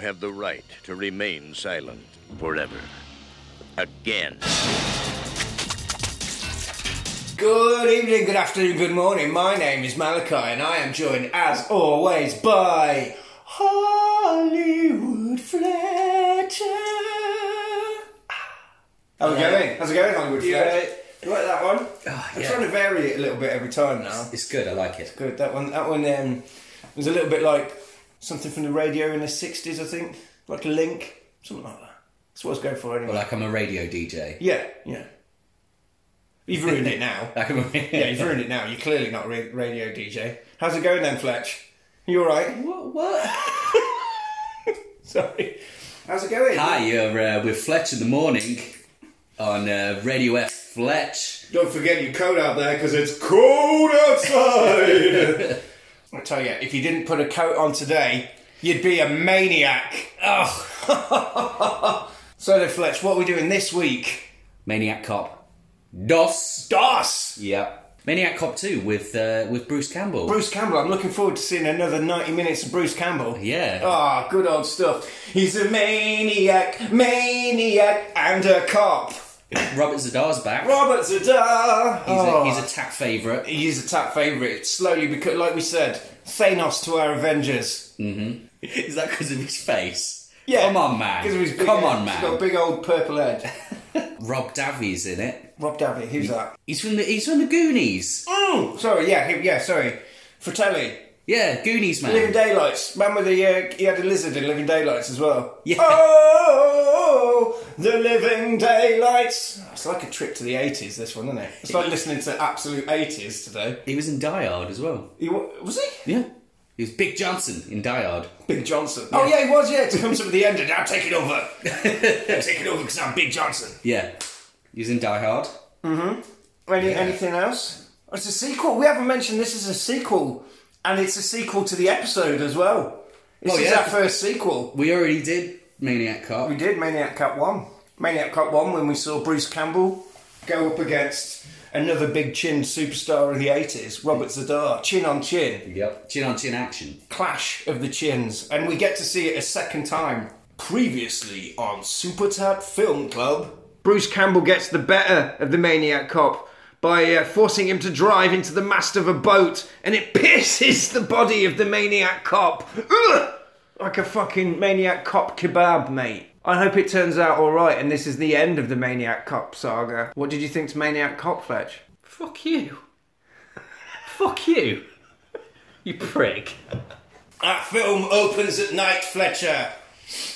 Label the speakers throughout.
Speaker 1: have the right to remain silent forever. Again.
Speaker 2: Good evening, good afternoon, good morning. My name is Malachi, and I am joined, as always, by Hollywood Fletcher. How's it going? How's it going, Hollywood Fletcher? You like that one? I'm
Speaker 3: Oh, yeah.
Speaker 2: trying to vary it a little bit every time now.
Speaker 3: It's good. I like it.
Speaker 2: Good. That one. That one um, was a little bit like something from the radio in the '60s, I think, like Link, something like that. That's what I was going for anyway.
Speaker 3: Well, like I'm a radio DJ.
Speaker 2: yeah, yeah. You've ruined it now.
Speaker 3: Like I'm a,
Speaker 2: Yeah, you've ruined it now. You're clearly not a ra- radio DJ. How's it going then, Fletch? You all right?
Speaker 3: What? what?
Speaker 2: Sorry. How's it going?
Speaker 3: Hi, you're uh, with Fletch in the morning on uh, Radio F Fletch.
Speaker 2: Don't forget your coat out there because it's cold outside. I tell you, if you didn't put a coat on today, you'd be a maniac. Oh. so, then, Fletch, what are we doing this week?
Speaker 3: Maniac Cop. DOS.
Speaker 2: DOS!
Speaker 3: Yep. Maniac Cop 2 with uh, with Bruce Campbell.
Speaker 2: Bruce Campbell. I'm looking forward to seeing another 90 minutes of Bruce Campbell.
Speaker 3: Yeah.
Speaker 2: Ah, good old stuff. He's a maniac, maniac, and a cop.
Speaker 3: Robert Zadar's back.
Speaker 2: Robert Zadar.
Speaker 3: He's,
Speaker 2: Oh.
Speaker 3: a, he's a tap favourite.
Speaker 2: he's a top favourite. Slowly, because like we said, Thanos to our Avengers.
Speaker 3: Is that because of his face?
Speaker 2: Yeah,
Speaker 3: Come on, man.
Speaker 2: Because of his big
Speaker 3: Come
Speaker 2: head.
Speaker 3: on,
Speaker 2: He's got a
Speaker 3: man.
Speaker 2: big old purple head.
Speaker 3: Rob Davies in it.
Speaker 2: Rob Davitt, who's that?
Speaker 3: He's from the he's from the Goonies.
Speaker 2: Oh, sorry, yeah, he- yeah, sorry. Fratelli,
Speaker 3: Yeah, Goonies man.
Speaker 2: Living Daylights. Man with the uh, he had a lizard in Living Daylights as well.
Speaker 3: Yeah.
Speaker 2: Oh, the Living Daylights. It's like a trip to the eighties. This one, isn't it? It's like listening to absolute eighties today.
Speaker 3: He was in Die Hard as well.
Speaker 2: He, wa- was he?
Speaker 3: Yeah. He was Big Johnson in Die Hard.
Speaker 2: Big Johnson. Oh yeah, he was. Yeah, it comes up at the end, and I'll take it over. I'll take it over because I'm Big Johnson.
Speaker 3: Yeah. He was in Die Hard.
Speaker 2: Any, Anything else? Oh, It's a sequel. We haven't mentioned this is a sequel, and it's a sequel to the episode as well. This
Speaker 3: Oh,
Speaker 2: is
Speaker 3: yeah.
Speaker 2: our first sequel.
Speaker 3: We already did Maniac Cop.
Speaker 2: We did Maniac Cup One. Maniac Cup One when we saw Bruce Campbell go up against another big chin superstar of the eighties, Robert Zadar, chin on chin,
Speaker 3: Yep. Chin on chin action.
Speaker 2: clash of the chins, and we get to see it a second time. Previously on Super Tap Film Club, Bruce Campbell gets the better of the Maniac Cop. By uh, forcing him to drive into the mast of a boat, and it pierces the body of the maniac cop. Ugh! like a fucking maniac cop kebab, mate. I hope it turns out all right, and this is the end of the maniac cop saga. What did you think to maniac cop, Fletch?
Speaker 4: Fuck you. Fuck you. You prick.
Speaker 2: That film opens at night, Fletcher.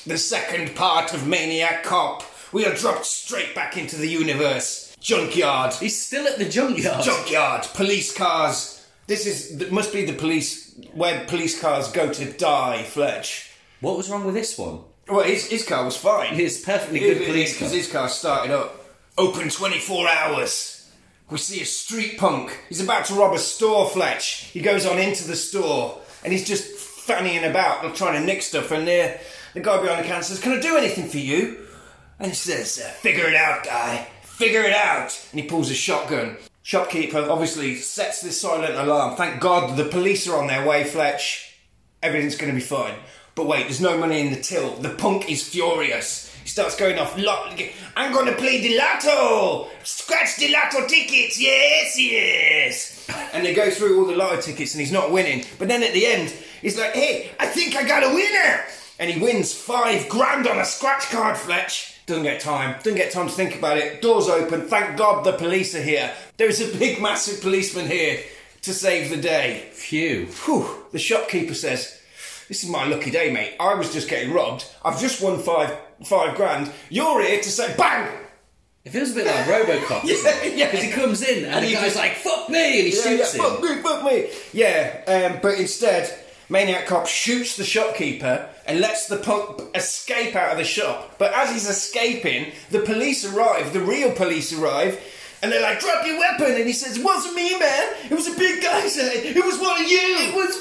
Speaker 2: The second part of Maniac Cop. We are dropped straight back into the universe. Junkyard,
Speaker 3: He's still at the junkyard.
Speaker 2: junkyard, police cars. This is th- must be the police where police cars go to die, Fletch.
Speaker 3: what was wrong with this one?
Speaker 2: Well, his, his car was fine.
Speaker 3: It's perfectly good police car.
Speaker 2: because his car started up. Open 24 hours. We see a street punk. He's about to rob a store, Fletch. He goes on into the store and he's just fannying about and trying to nick stuff. And uh, the guy behind the counter says, Can I do anything for you? And he says, uh, Figure it out, guy. Figure it out. And he pulls a shotgun. Shopkeeper obviously sets this silent alarm. Thank God the police are on their way, Fletch everything's going to be fine. But wait, there's no money in the till. The punk is furious. He starts going off. Lo- I'm going to play Delato! Scratch Delato tickets! Yes, yes! And they go through all the lotto tickets and he's not winning. But then at the end, he's like, hey, I think I got a winner! And he wins five grand on a scratch card, Fletch. Doesn't get time. Doesn't get time to think about it. Doors open. Thank God the police are here. There is a big, massive policeman here to save the day.
Speaker 3: Phew.
Speaker 2: Whew, the shopkeeper says, This is my lucky day, mate. I was just getting robbed. I've just won five five grand. You're here to say bang!
Speaker 3: It feels a bit like Robocop.
Speaker 2: Yeah, yeah.
Speaker 3: Because he comes in and,
Speaker 2: And
Speaker 3: the
Speaker 2: he
Speaker 3: guy's
Speaker 2: just-
Speaker 3: like, fuck me! And he shoots
Speaker 2: yeah,
Speaker 3: him.
Speaker 2: Fuck me, fuck me. Yeah, um, but instead, Maniac Cop shoots the shopkeeper and lets the punk escape out of the shop. But as he's escaping, the police arrive, the real police arrive, and they're like, drop your weapon. And he says, it wasn't me, man. It was a big guy, said. It was one of you. It was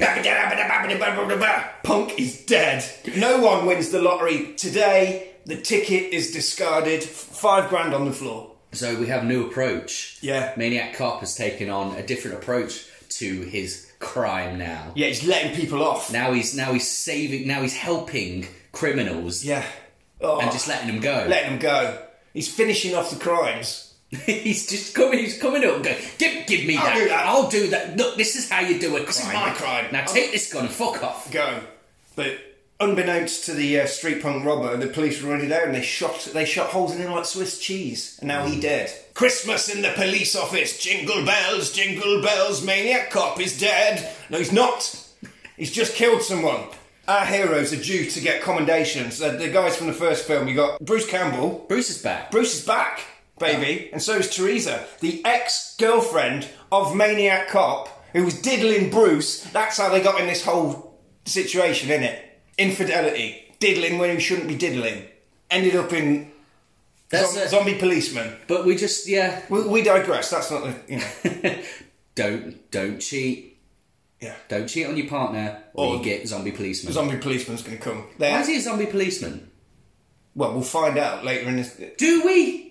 Speaker 2: one of you. Punk is dead. No one wins the lottery today. The ticket is discarded. Five grand on the floor.
Speaker 3: So we have a new approach.
Speaker 2: Yeah.
Speaker 3: Maniac Cop has taken on a different approach to his crime now.
Speaker 2: Yeah, he's letting people off.
Speaker 3: Now he's now he's saving. Now he's helping criminals
Speaker 2: Yeah. Oh,
Speaker 3: and just letting them go.
Speaker 2: letting them go. He's finishing off the crimes.
Speaker 3: he's just coming. He's coming up. And going, give give me
Speaker 2: I'll
Speaker 3: that.
Speaker 2: do that.
Speaker 3: I'll do that. Look, this is how you do a crime. This
Speaker 2: is my crime.
Speaker 3: Now
Speaker 2: I'll-
Speaker 3: take this gun and fuck off.
Speaker 2: Go. But unbeknownst to the uh, street punk robber, the police were already there and they shot they shot holes in him like Swiss cheese. And now
Speaker 3: Mm.
Speaker 2: he dead. Christmas in the police office. Jingle bells, jingle bells. Maniac cop is dead. No, he's not. He's just killed someone. Our heroes are due to get commendations. The, the guys from the first film, you got Bruce Campbell.
Speaker 3: Bruce is back.
Speaker 2: Bruce is back, baby, and so is Teresa, the ex-girlfriend of Maniac Cop, who was diddling Bruce. That's how they got in this whole situation, innit? Infidelity, diddling when he shouldn't be diddling. Ended up in
Speaker 3: That's
Speaker 2: zom-
Speaker 3: it.
Speaker 2: zombie policeman.
Speaker 3: But we just yeah.
Speaker 2: We, we digress. That's not the you know.
Speaker 3: Don't don't cheat.
Speaker 2: Yeah.
Speaker 3: Don't cheat on your partner, or
Speaker 2: Or-
Speaker 3: you get zombie policeman.
Speaker 2: zombie policeman's going to come.
Speaker 3: Why
Speaker 2: There.
Speaker 3: is he a zombie policeman?
Speaker 2: Well, we'll find out later in this.
Speaker 3: Do we?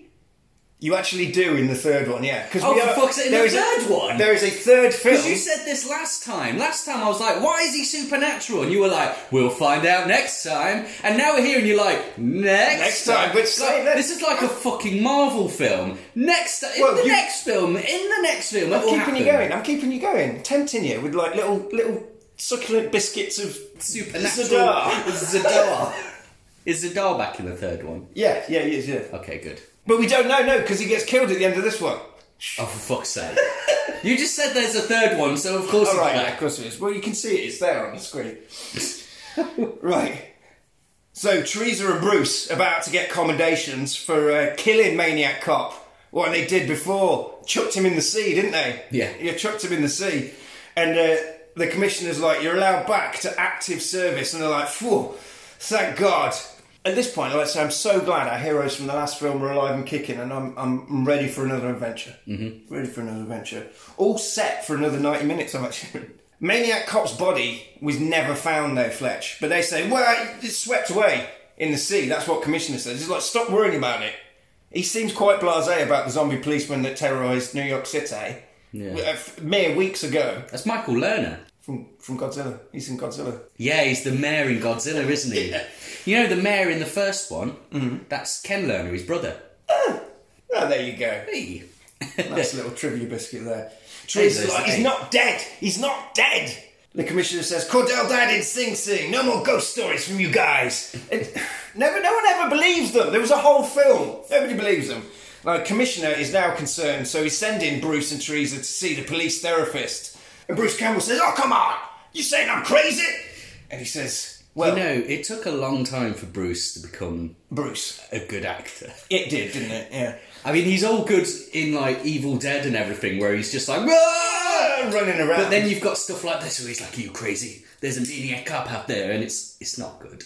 Speaker 2: You actually do in the third one, yeah? Because
Speaker 3: Oh, for fuck's sake, in the third one?
Speaker 2: There is a third
Speaker 3: Because
Speaker 2: film.
Speaker 3: you said this last time. Last time I was like, why is he supernatural? And you were like, we'll find out next time. And now we're here and you're like, next,
Speaker 2: Next time, but
Speaker 3: It's
Speaker 2: say
Speaker 3: like,
Speaker 2: that-
Speaker 3: this is like a fucking Marvel film. Next, in
Speaker 2: Well,
Speaker 3: the
Speaker 2: you-
Speaker 3: next film, in the next film,
Speaker 2: I'm
Speaker 3: it all
Speaker 2: keeping you
Speaker 3: happened.
Speaker 2: going. I'm keeping you going. Tempting you with like little little succulent biscuits of
Speaker 3: Supernatural.
Speaker 2: Zadar.
Speaker 3: Zadar. is Zadar back in the third one?
Speaker 2: Yeah, yeah, yeah, yeah.
Speaker 3: Okay, good.
Speaker 2: But we don't know, no, because he gets killed at the end of this one.
Speaker 3: Oh, for fuck's sake. you just said there's a third one, so of course
Speaker 2: All
Speaker 3: it's
Speaker 2: right, yeah,
Speaker 3: back.
Speaker 2: of course it is. Well, you can see it. It's there on the screen. right. So Teresa and Bruce about to get commendations for uh, killing maniac cop. What they did before, chucked him in the sea, didn't they?
Speaker 3: Yeah.
Speaker 2: Yeah, chucked him in the sea, and uh, the commissioner's like, "You're allowed back to active service," and they're like, "Phew, thank God." At this point, like I say, I'm so glad our heroes from the last film are alive and kicking, and I'm, I'm ready for another adventure. Mm-hmm. Ready for another adventure. All set for another 90 minutes, I'm actually. Maniac Cop's body was never found, though, Fletch. But they say, well, it's swept away in the sea. That's what Commissioner says. He's like, stop worrying about it. He seems quite blasé about the zombie policeman that terrorised New York City
Speaker 3: Yeah.
Speaker 2: uh, f- mere weeks ago
Speaker 3: That's Michael Lerner.
Speaker 2: from, from Godzilla. He's in Godzilla.
Speaker 3: Yeah, he's the mayor in Godzilla, isn't he? You know the mayor in the first one?
Speaker 2: Mm-hmm.
Speaker 3: Mm. That's Ken Lerner, his brother.
Speaker 2: Oh, there you go.
Speaker 3: Hey.
Speaker 2: That's a little trivia biscuit there.
Speaker 3: Hey,
Speaker 2: Teresa's
Speaker 3: there's
Speaker 2: like,
Speaker 3: the
Speaker 2: he's
Speaker 3: eight.
Speaker 2: not dead. He's not dead. The commissioner says, Cordell died in Sing Sing. No more ghost stories from you guys. It, never, no one ever believes them. There was a whole film. Nobody believes them. Now, the commissioner is now concerned, so he's sending Bruce and Teresa to see the police therapist. And Bruce Campbell says, Oh, come on. You saying I'm crazy? And he says, Well,
Speaker 3: You know, it took a long time for Bruce to become
Speaker 2: Bruce.
Speaker 3: a good actor.
Speaker 2: It did, didn't it? Yeah.
Speaker 3: I mean, he's all good in like Evil Dead and everything, where he's just like, "Whoa!"
Speaker 2: Uh, running around.
Speaker 3: but then you've got stuff like this where he's like, "Are you crazy? There's a maniac cop out there," and it's it's not good.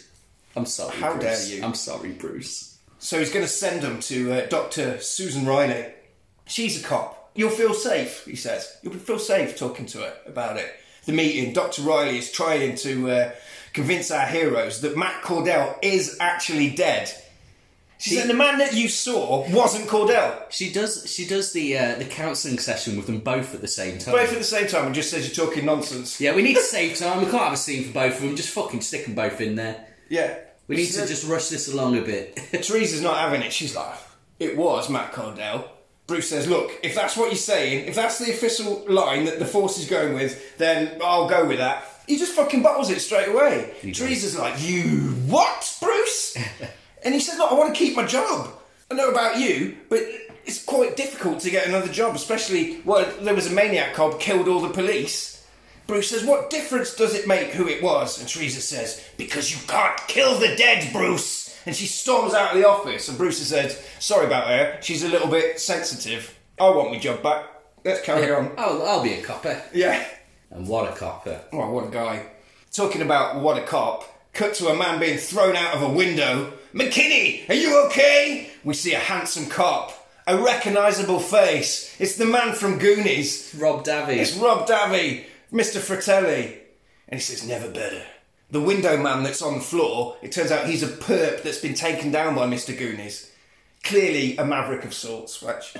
Speaker 3: I'm sorry.
Speaker 2: How dare
Speaker 3: Bruce.
Speaker 2: you.
Speaker 3: I'm sorry, Bruce.
Speaker 2: So he's going to send them to uh, Dr. Susan Riley. She's a cop. You'll feel safe, he says. You'll feel safe talking to her about it. The meeting, Dr. Riley is trying to uh, convince our heroes that Matt Cordell is actually dead. She said, The man that you saw wasn't Cordell.
Speaker 3: She does she does the uh, the counselling session with them both at the same time.
Speaker 2: Both at the same time and just says you're talking nonsense.
Speaker 3: Yeah, we need to save time. We can't have a scene for both of them. Just fucking stick them both in there.
Speaker 2: Yeah.
Speaker 3: We need to just rush this along a bit.
Speaker 2: Teresa's not having it. She's like, it was Matt Cordell. Bruce says, look, if that's what you're saying, if that's the official line that the force is going with, then I'll go with that. He just fucking bottles it straight away. Teresa's like, you what, Bruce? and he says, look, I want to keep my job. I know about you, but it's quite difficult to get another job, especially well, there was a maniac cop killed all the police. Bruce says, What difference does it make who it was? And Teresa says, Because you can't kill the dead, Bruce! And she storms out of the office, and Bruce says, Sorry about her, she's a little bit sensitive. I want my job back. Let's carry on.
Speaker 3: I'll, I'll be a copper.
Speaker 2: Yeah.
Speaker 3: And what a copper.
Speaker 2: Well, what a guy. Talking about what a cop, cut to a man being thrown out of a window. McKinney, are you okay? We see a handsome cop, a recognisable face. It's the man from Goonies.
Speaker 3: Rob Davies.
Speaker 2: It's Rob Davy, Mr. Fratelli. And he says, never better. The window man that's on the floor, it turns out he's a perp that's been taken down by Mr. Goonies. Clearly a maverick of sorts, Fletch.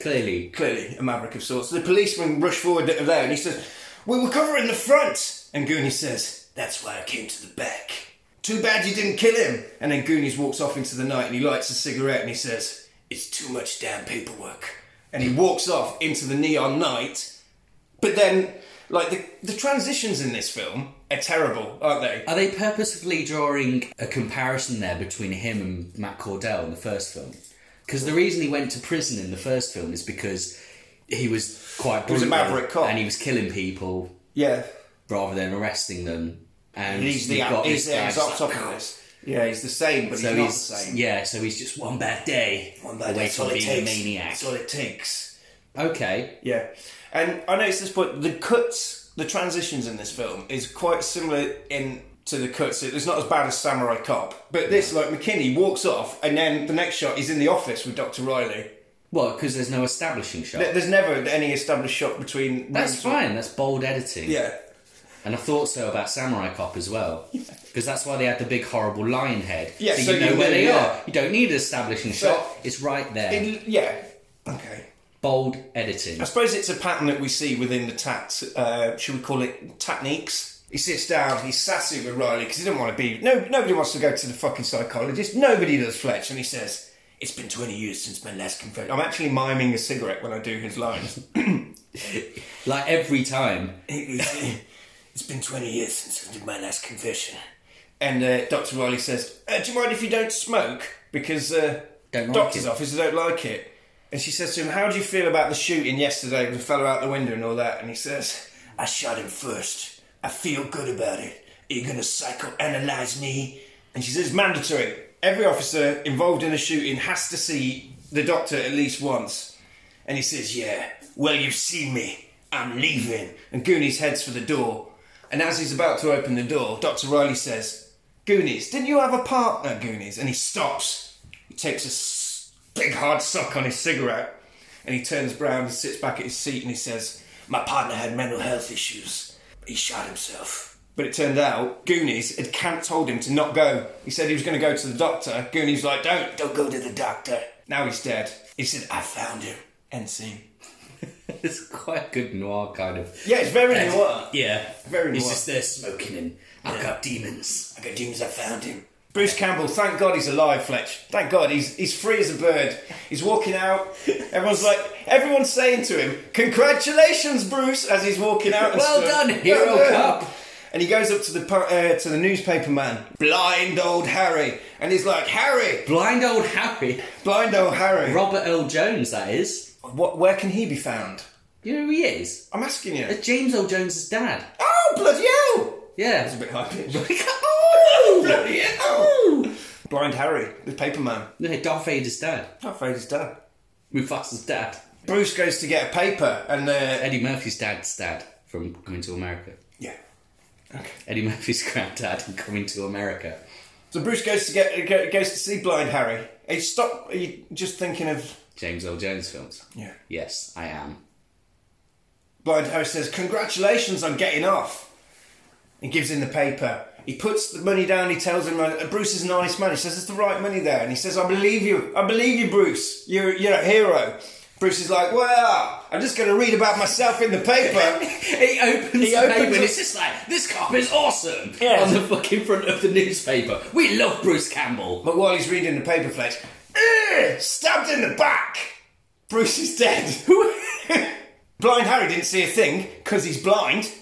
Speaker 3: Clearly.
Speaker 2: Clearly a maverick of sorts. The policeman rush forward there and he says, We were covering the front! And Goonies says, That's why I came to the back. Too bad you didn't kill him! And then Goonies walks off into the night and he lights a cigarette and he says, It's too much damn paperwork. And he walks off into the neon night. But then, like, the, the transitions in this film are terrible, aren't they?
Speaker 3: Are they purposefully drawing a comparison there between him and Matt Cordell in the first film? Because the reason he went to prison in the first film is because he was quite
Speaker 2: was a
Speaker 3: brutal
Speaker 2: maverick cop.
Speaker 3: and he was killing people
Speaker 2: Yeah.
Speaker 3: rather than arresting them. And
Speaker 2: He's the
Speaker 3: you've got
Speaker 2: he's
Speaker 3: this
Speaker 2: the
Speaker 3: guy
Speaker 2: he's
Speaker 3: just
Speaker 2: up
Speaker 3: like,
Speaker 2: top of this. Yeah, he's the same, but
Speaker 3: So
Speaker 2: he's not
Speaker 3: he's
Speaker 2: the same.
Speaker 3: yeah, so he's just one bad day
Speaker 2: One bad day,
Speaker 3: away
Speaker 2: that's
Speaker 3: from
Speaker 2: all it
Speaker 3: being
Speaker 2: takes.
Speaker 3: a maniac.
Speaker 2: That's all it takes.
Speaker 3: Okay,
Speaker 2: Yeah, and I noticed this point. The cuts, the transitions in this film is quite similar in to the cuts. It's not as bad as Samurai Cop, but this, like McKinney, walks off, and then the next shot is in the office with Doctor Riley.
Speaker 3: well, because there's no establishing shot.
Speaker 2: There- There's never any established shot between.
Speaker 3: That's fine. That's bold editing.
Speaker 2: Yeah,
Speaker 3: And I thought so about Samurai Cop as well. Because that's why they had the big horrible lion head.
Speaker 2: Yeah,
Speaker 3: so,
Speaker 2: so
Speaker 3: you know
Speaker 2: you
Speaker 3: where
Speaker 2: knew,
Speaker 3: they
Speaker 2: yeah.
Speaker 3: are. You don't need an establishing
Speaker 2: So-
Speaker 3: shot. It's right there.
Speaker 2: It- yeah. Okay.
Speaker 3: Bold editing.
Speaker 2: I suppose it's a pattern that we see within the tat. Uh, should we call it tatniques? He sits down. He's sassy with Riley because he doesn't want to be. No, nobody wants to go to the fucking psychologist. Nobody does, Fletch. And he says, "It's been twenty years since my last confession." I'm actually miming a cigarette when I do his lines.
Speaker 3: Like every time.
Speaker 2: it's been twenty years since I did my last confession. And uh, Doctor Riley says, uh, "Do you mind if you don't smoke?" Because uh,
Speaker 3: Don't like
Speaker 2: doctor's
Speaker 3: it.
Speaker 2: office don't like it. And she says to him, How do you feel about the shooting yesterday with the fellow out the window and all that? And he says, I shot him first. I feel good about it. Are you going to psychoanalyze me? And she says, Mandatory. Every officer involved in a shooting has to see the doctor at least once. And he says, Yeah, well, you've seen me. I'm leaving. And Goonies heads for the door. And as he's about to open the door, Dr. Riley says, Goonies, didn't you have a partner, Goonies? And he stops. He takes a s- big hard suck on his cigarette. And he turns round and sits back at his seat and he says, My partner had mental health issues. He shot himself. But it turned out Goonies had Kant told him to not go. He said he was going to go to the doctor. Goonies like, don't, don't go to the doctor. Now he's dead. He said, I found him. End scene.
Speaker 3: it's quite a good noir kind of.
Speaker 2: Yeah, it's very uh,
Speaker 3: Ed-
Speaker 2: noir.
Speaker 3: Yeah.
Speaker 2: Very
Speaker 3: He's
Speaker 2: noir.
Speaker 3: just there smoking and I've got demons.
Speaker 2: I got demons. I found him. Bruce Campbell, thank God he's alive, Fletch. Thank God he's he's free as a bird. He's walking out. Everyone's like, everyone's saying to him, "Congratulations, Bruce!" As he's walking out. and
Speaker 3: Well
Speaker 2: stuff.
Speaker 3: done, hero
Speaker 2: done.
Speaker 3: cup.
Speaker 2: And he goes up to the pu- uh, to the newspaper man, blind old Harry, and he's like, "Harry,
Speaker 3: Blind old Harry.
Speaker 2: blind old Harry.
Speaker 3: Robert Earl Jones, that is.
Speaker 2: What? Where can he be found?"
Speaker 3: You know who he is?
Speaker 2: I'm asking you.
Speaker 3: That's James Earl Jones' dad.
Speaker 2: Oh bloody hell!
Speaker 3: Yeah.
Speaker 2: It's a bit high pitched.
Speaker 3: oh!
Speaker 2: bloody hell! Blind Harry, the paper man.
Speaker 3: No, Darth Vader's dad.
Speaker 2: I'm afraid he's done.
Speaker 3: Mufasa's dad.
Speaker 2: Bruce goes to get a paper and uh,
Speaker 3: Eddie Murphy's dad's dad from Coming to America.
Speaker 2: yeah.
Speaker 3: Eddie Murphy's granddad from Coming to America.
Speaker 2: So Bruce goes to get go- goes to see Blind Harry. He stop. He just thinking of
Speaker 3: James Earl Jones films.
Speaker 2: yeah.
Speaker 3: Yes, I am.
Speaker 2: Blind Harry says, "Congratulations on getting off." He gives him the paper. He puts the money down. He tells him, uh, "Bruce is a nice man." He says, "It's the right money there," and he says, "I believe you. I believe you, Bruce. You're you're a hero." Bruce is like, "Well, I'm just going to read about myself in the paper."
Speaker 3: He opens
Speaker 2: He
Speaker 3: the
Speaker 2: opens
Speaker 3: paper and
Speaker 2: it-
Speaker 3: it's just like, this cop is awesome!
Speaker 2: Yeah.
Speaker 3: On the fucking front of the newspaper. We love Bruce Campbell.
Speaker 2: But while he's reading the paper flex, "Eh, stabbed in the back. Bruce is dead. blind Harry didn't see a thing because he's blind,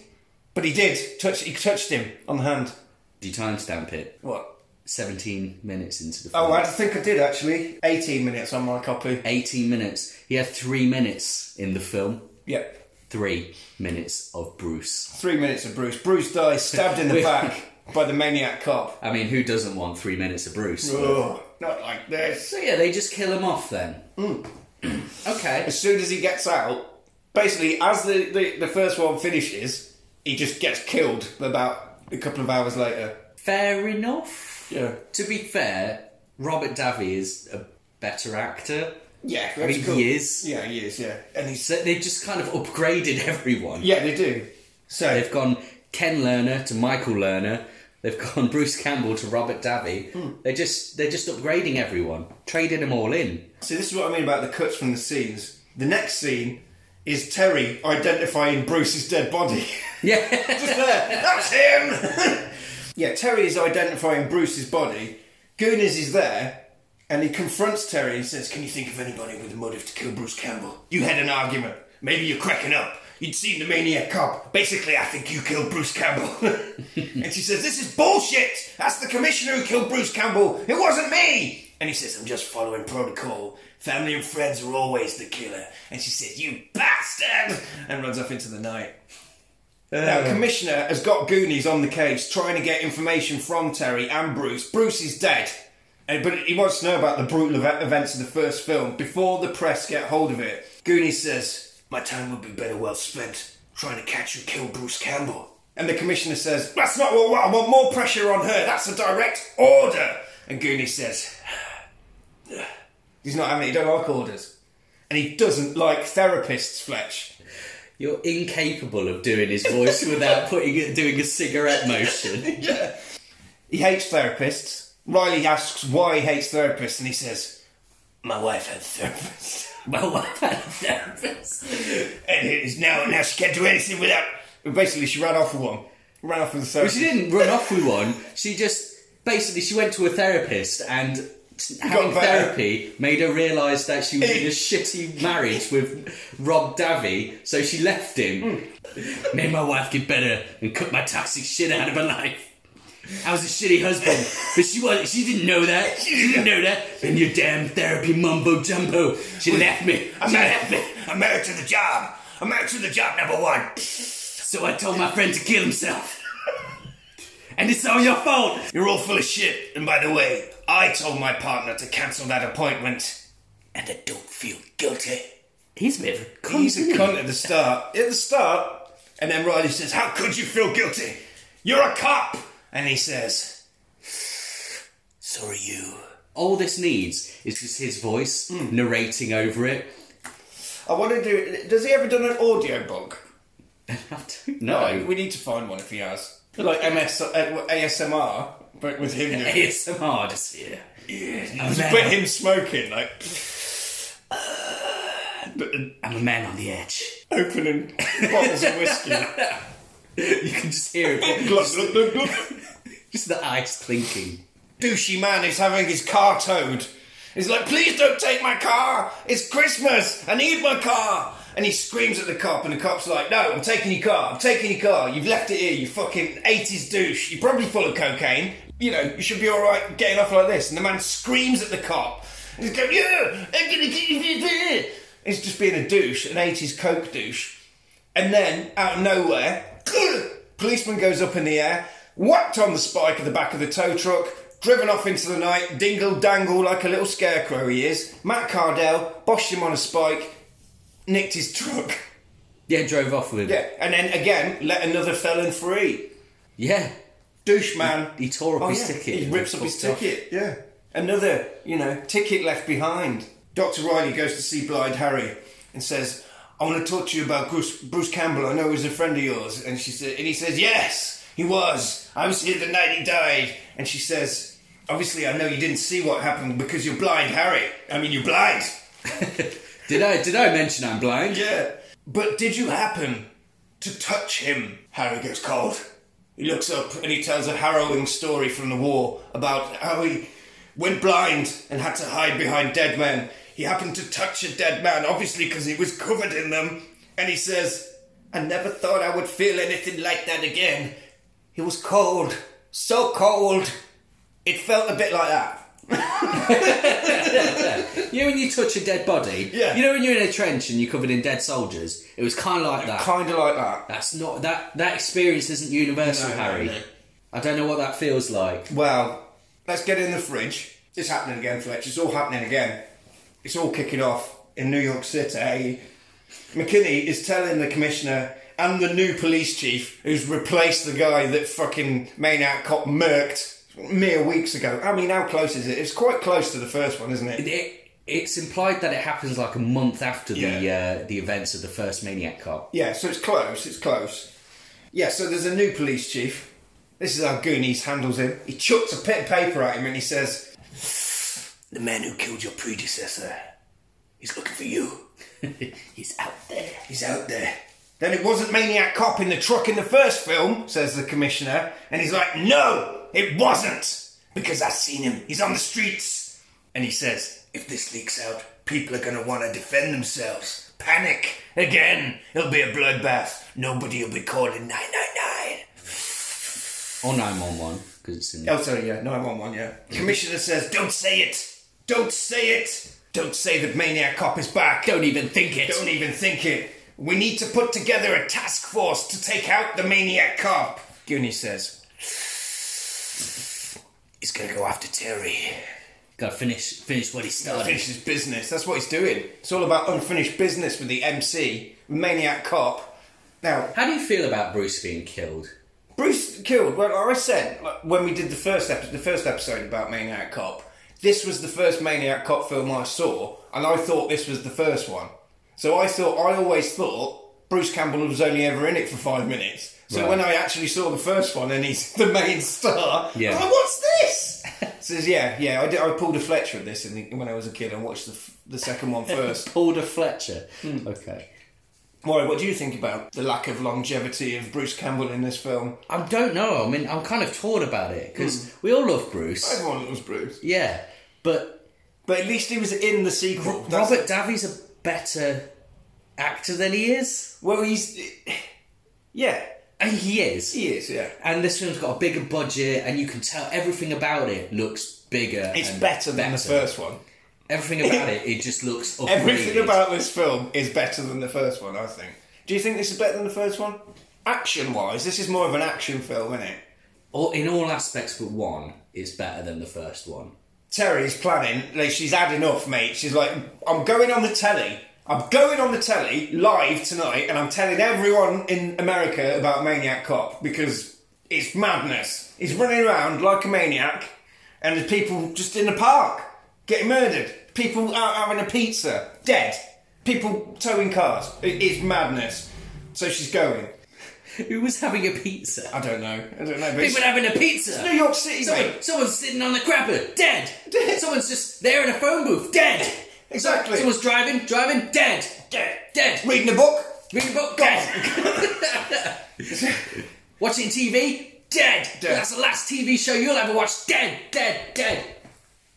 Speaker 2: but he did touch. He touched him on the hand.
Speaker 3: Do you timestamp it?
Speaker 2: What?
Speaker 3: 17 minutes into the film.
Speaker 2: Oh, I think I did actually. 18 minutes on my copy.
Speaker 3: 18 minutes. He had three minutes in the film.
Speaker 2: Yep.
Speaker 3: Three minutes of Bruce.
Speaker 2: Three minutes of Bruce. Bruce dies stabbed in the back by the maniac cop.
Speaker 3: I mean, who doesn't want three minutes of Bruce?
Speaker 2: Oh, not like this.
Speaker 3: So yeah, they just kill him off then. okay.
Speaker 2: As soon as he gets out, basically, as the, the, the first one finishes, he just gets killed about a couple of hours later.
Speaker 3: Fair enough.
Speaker 2: Yeah.
Speaker 3: To be fair, Robert Davi is a better actor.
Speaker 2: Yeah, that's
Speaker 3: mean, he is.
Speaker 2: Yeah, he is. Yeah, and he's
Speaker 3: So they've just kind of upgraded everyone.
Speaker 2: yeah, they do. So
Speaker 3: They've gone Ken Lerner to Michael Lerner. They've gone Bruce Campbell to Robert Davi. They're just they're just upgrading everyone. Trading them all in.
Speaker 2: so this is what I mean about the cuts from the scenes. The next scene is Terry identifying Bruce's dead body.
Speaker 3: Yeah.
Speaker 2: Just there. That's him. yeah, Terry is identifying Bruce's body. Gooners is there, and he confronts Terry and says, "Can you think of anybody with a motive to kill Bruce Campbell? You had an argument. Maybe you're cracking up." You'd seen the maniac cop. Basically, I think you killed Bruce Campbell. and she says, This is bullshit! That's the commissioner who killed Bruce Campbell! It wasn't me! And he says, I'm just following protocol. Family and friends are always the killer. And she says, You bastard! And runs off into the night. Now, Commissioner has got Goonies on the case trying to get information from Terry and Bruce. Bruce is dead, and- but he wants to know about the brutal ev- events of the first film before the press get hold of it. Goonies says, My time would be better well spent trying to catch and kill Bruce Campbell. And the Commissioner says, That's not what I want. I want more pressure on her. That's a direct order. And Goonies says, He's not having it. He don't like orders. And he doesn't like therapists, Fletch.
Speaker 3: You're incapable of doing his voice without putting doing a cigarette motion.
Speaker 2: He hates therapists. Riley asks why he hates therapists, and he says, "My wife had a therapist,
Speaker 3: My wife had a therapist.
Speaker 2: and it is now now she can't do anything without." Basically, she ran off with one. Ran off with the
Speaker 3: But
Speaker 2: therapist.
Speaker 3: she didn't run off with one. She just basically she went to a therapist and t- having
Speaker 2: better.
Speaker 3: therapy made her realise that she was in a shitty marriage with Rob Davy, so she left him. Made my wife get better and cut my toxic shit out of her life. I was a shitty husband, but she was she didn't know that. She didn't know that. And your damn therapy mumbo jumbo. She left me.
Speaker 2: I'm
Speaker 3: She left
Speaker 2: married,
Speaker 3: me.
Speaker 2: I'm married to the job. I'm married to the job. Number one.
Speaker 3: So I told my friend to kill himself. And it's all your fault.
Speaker 2: You're all full of shit. And by the way, I told my partner to cancel that appointment, and I don't feel guilty.
Speaker 3: He's a bit of a cunt,
Speaker 2: He's
Speaker 3: isn't
Speaker 2: a
Speaker 3: he?
Speaker 2: cunt at the start. At the start, and then Riley says, "How could you feel guilty? You're a cop." And he says, "So are you."
Speaker 3: All this needs is just his voice narrating over it.
Speaker 2: I want to do. Does he ever done an audio book?
Speaker 3: I don't know.
Speaker 2: we need to find one if he has, like MS uh, ASMR, but with him. doing it.
Speaker 3: ASMR just here. I'm, a
Speaker 2: But
Speaker 3: man,
Speaker 2: him smoking, like
Speaker 3: I'm a man on the edge.
Speaker 2: opening bottles of whiskey.
Speaker 3: You can just hear it.
Speaker 2: Glug, glug, glug, glug.
Speaker 3: just the ice clinking.
Speaker 2: Douchey man is having his car towed. He's like, please don't take my car. It's Christmas. I need my car. And he screams at the cop, and the cop's like, no, I'm taking your car. I'm taking your car. You've left it here, you fucking 80s douche. You're probably full of cocaine. You know, you should be all right getting off like this. And the man screams at the cop. And he's going, yeah, I'm going to get you there. He's just being a douche, an 80s coke douche. And then, out of nowhere, policeman goes up in the air, whacked on the spike of the back of the tow truck, driven off into the night, dingle dangle like a little scarecrow he is. Matt Cardell boshed him on a spike, nicked his truck.
Speaker 3: Yeah, drove off with
Speaker 2: Yeah, and then again, let another felon free.
Speaker 3: Yeah.
Speaker 2: Douche man.
Speaker 3: He tore up
Speaker 2: Oh,
Speaker 3: his
Speaker 2: yeah,
Speaker 3: ticket.
Speaker 2: He
Speaker 3: and
Speaker 2: rips up his
Speaker 3: fucked off.
Speaker 2: ticket, yeah. Another, you know, ticket left behind. Dr. Riley goes to see Blind Harry and says, I want to talk to you about Bruce, Bruce Campbell. I know he was a friend of yours. And she said, and he says, Yes, he was. I was here the night he died. And she says, Obviously, I know you didn't see what happened because you're blind, Harry. I mean, you're blind.
Speaker 3: Did I did I mention I'm blind?
Speaker 2: Yeah. But did you happen to touch him? Harry gets cold. He looks up and he tells a harrowing story from the war about how he went blind and had to hide behind dead men. He happened to touch a dead man, obviously because he was covered in them. And he says, I never thought I would feel anything like that again. He was cold. So cold. It felt a bit like that.
Speaker 3: You know when you touch a dead body?
Speaker 2: Yeah.
Speaker 3: You know when you're in a trench and you're covered in dead soldiers? It was kinda like that.
Speaker 2: Kind of like that.
Speaker 3: That's not that that experience isn't universal,
Speaker 2: No, no,
Speaker 3: Harry.
Speaker 2: no.
Speaker 3: I don't know what that feels like.
Speaker 2: Well, let's get in the fridge. It's happening again, Fletch. It's all happening again. It's all kicking off in New York City. McKinney is telling the commissioner and the new police chief, who's replaced the guy that fucking main out cop murked mere weeks ago. I mean, how close is it? It's quite close to the first one, isn't it?
Speaker 3: It, it's implied that it happens like a month after
Speaker 2: Yeah.
Speaker 3: the uh, the events of the first Maniac Cop.
Speaker 2: Yeah, so it's close. It's close. Yeah, so there's a new police chief. This is how Goonies handles him. He chucks a pet paper at him and he says, The man who killed your predecessor, he's looking for you.
Speaker 3: He's out there.
Speaker 2: He's out there. Then it wasn't Maniac Cop in the truck in the first film, says the commissioner. And he's like, No, it wasn't. Because I've seen him. He's on the streets. And he says, If this leaks out, people are going to want to defend themselves. Panic. Again. It'll be a bloodbath. Nobody will be calling 999.
Speaker 3: Or 911, because it's in
Speaker 2: Oh, sorry, yeah, 911, yeah. Commissioner says, Don't say it. Don't say it. Don't say that Maniac Cop is back.
Speaker 3: Don't even think it.
Speaker 2: Don't even think it. We need to put together a task force to take out the maniac cop. Goonie says. He's gonna go after Terry.
Speaker 3: Gotta finish, finish what he started.
Speaker 2: Finish his business. That's what he's doing. It's all about unfinished business with the MC, maniac cop. Now,
Speaker 3: How do you feel about Bruce being killed?
Speaker 2: Bruce killed. Well, I said like, when we did the first episode, the first episode about Maniac Cop. This was the first Maniac Cop film I saw, and I thought this was the first one. So I thought I always thought Bruce Campbell was only ever in it for five minutes. So
Speaker 3: Right.
Speaker 2: when I actually saw the first one and he's the main star,
Speaker 3: Yeah.
Speaker 2: I was like, what's this? Says, yeah, yeah, I, did, I pulled a Fletcher with this in the, when I was a kid and watched the, f- the second one first.
Speaker 3: Paula Fletcher.
Speaker 2: Hmm.
Speaker 3: Okay.
Speaker 2: Maury, what do you think about the lack of longevity of Bruce Campbell in this film?
Speaker 3: I don't know. I mean, I'm kind of torn about it
Speaker 2: Hmm.
Speaker 3: because we all love Bruce.
Speaker 2: Everyone loves Bruce.
Speaker 3: Yeah, but
Speaker 2: But at least he was in the sequel. That's-
Speaker 3: Robert Davies a better actor than he is.
Speaker 2: Well, he's. Yeah,
Speaker 3: And he is.
Speaker 2: Uh, he is, yeah.
Speaker 3: And this film's got a bigger budget, and you can tell everything about it looks bigger.
Speaker 2: It's
Speaker 3: and
Speaker 2: better than the first one.
Speaker 3: Everything about it, it just looks upgraded.
Speaker 2: Everything about this film is better than the first one, I think. Do you think this is better than the first one? Action wise, this is more of an action film, isn't it?
Speaker 3: All- in all aspects but one, it's better than the first one.
Speaker 2: Terry's planning, like, she's had enough, mate. She's like, I'm going on the telly. I'm going on the telly live tonight, and I'm telling everyone in America about Maniac Cop because it's madness. He's running around like a maniac, and there's people just in the park getting murdered, people out having a pizza, dead, people towing cars. It is madness. So she's going.
Speaker 3: Who was having a pizza?
Speaker 2: I don't know. I don't know. But
Speaker 3: People
Speaker 2: it's-
Speaker 3: having a pizza.
Speaker 2: New York City, mate.
Speaker 3: Someone, someone's sitting on the crapper, dead. Someone's just there in a phone booth, dead.
Speaker 2: Exactly.
Speaker 3: Someone's driving, driving, dead, dead, dead.
Speaker 2: Reading a book.
Speaker 3: Reading a book, dead. Watching TV, dead.
Speaker 2: Dead.
Speaker 3: That's the last TV show you'll ever watch, dead, dead, dead.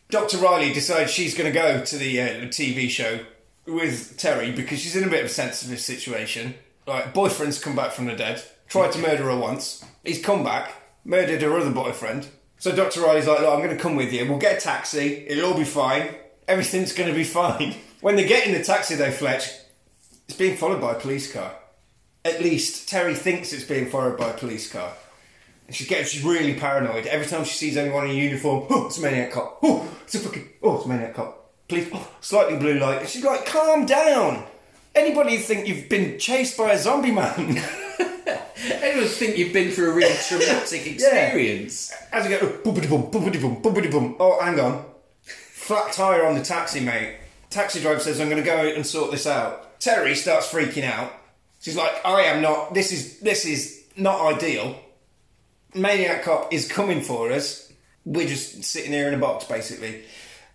Speaker 2: Dr. Riley decides she's going to go to the uh, TV show with Terry because she's in a bit of a sensitive situation. Like, boyfriend's come back from the dead, tried to murder her once. He's come back, murdered her other boyfriend. So Dr. Riley's like, Look, I'm going to come with you. We'll get a taxi. It'll all be fine. Everything's going to be fine. When they get in the taxi, though, Fletch, it's being followed by a police car. At least Terry thinks it's being followed by a police car. And she gets she's really paranoid. Every time she sees anyone in uniform, oh, it's a maniac cop. Oh, it's a fucking oh, it's a maniac cop. Please, oh, slightly blue light. And she's like, calm down. Anybody would think you've been chased by a zombie man?
Speaker 3: Anyone think you've been through a really traumatic experience?
Speaker 2: As you go, boom, boom, boom, boom, boom, boom, boom. Oh, hang on. Flat tire on the taxi, mate. Taxi driver says, "I'm going to go and sort this out." Terry starts freaking out. She's like, "I am not. This is this is not ideal." Maniac cop is coming for us. We're just sitting here in a box, basically.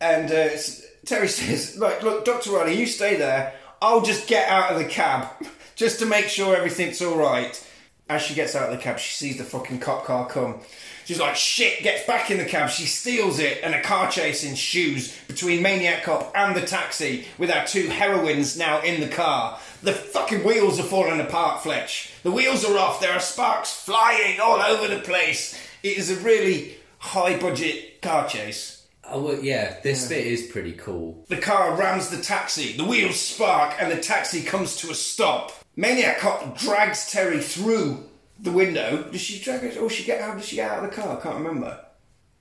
Speaker 2: And uh, s- Terry says, "Like, look, Doctor Riley, you stay there. I'll just get out of the cab, just to make sure everything's all right." As she gets out of the cab, she sees the fucking cop car come. She's like, shit, gets back in the cab. She steals it, and a car chase ensues between Maniac Cop and the taxi, with our two heroines now in the car. The fucking wheels are falling apart, Fletch. The wheels are off. There are sparks flying all over the place. It is a really high budget car chase.
Speaker 3: Oh, well, yeah, this bit is pretty cool.
Speaker 2: The car rams the taxi, the wheels spark, and the taxi comes to a stop. Maniac Cop drags Terry through the window. Does she drag it? Or she get how does she get out of the car? I can't remember.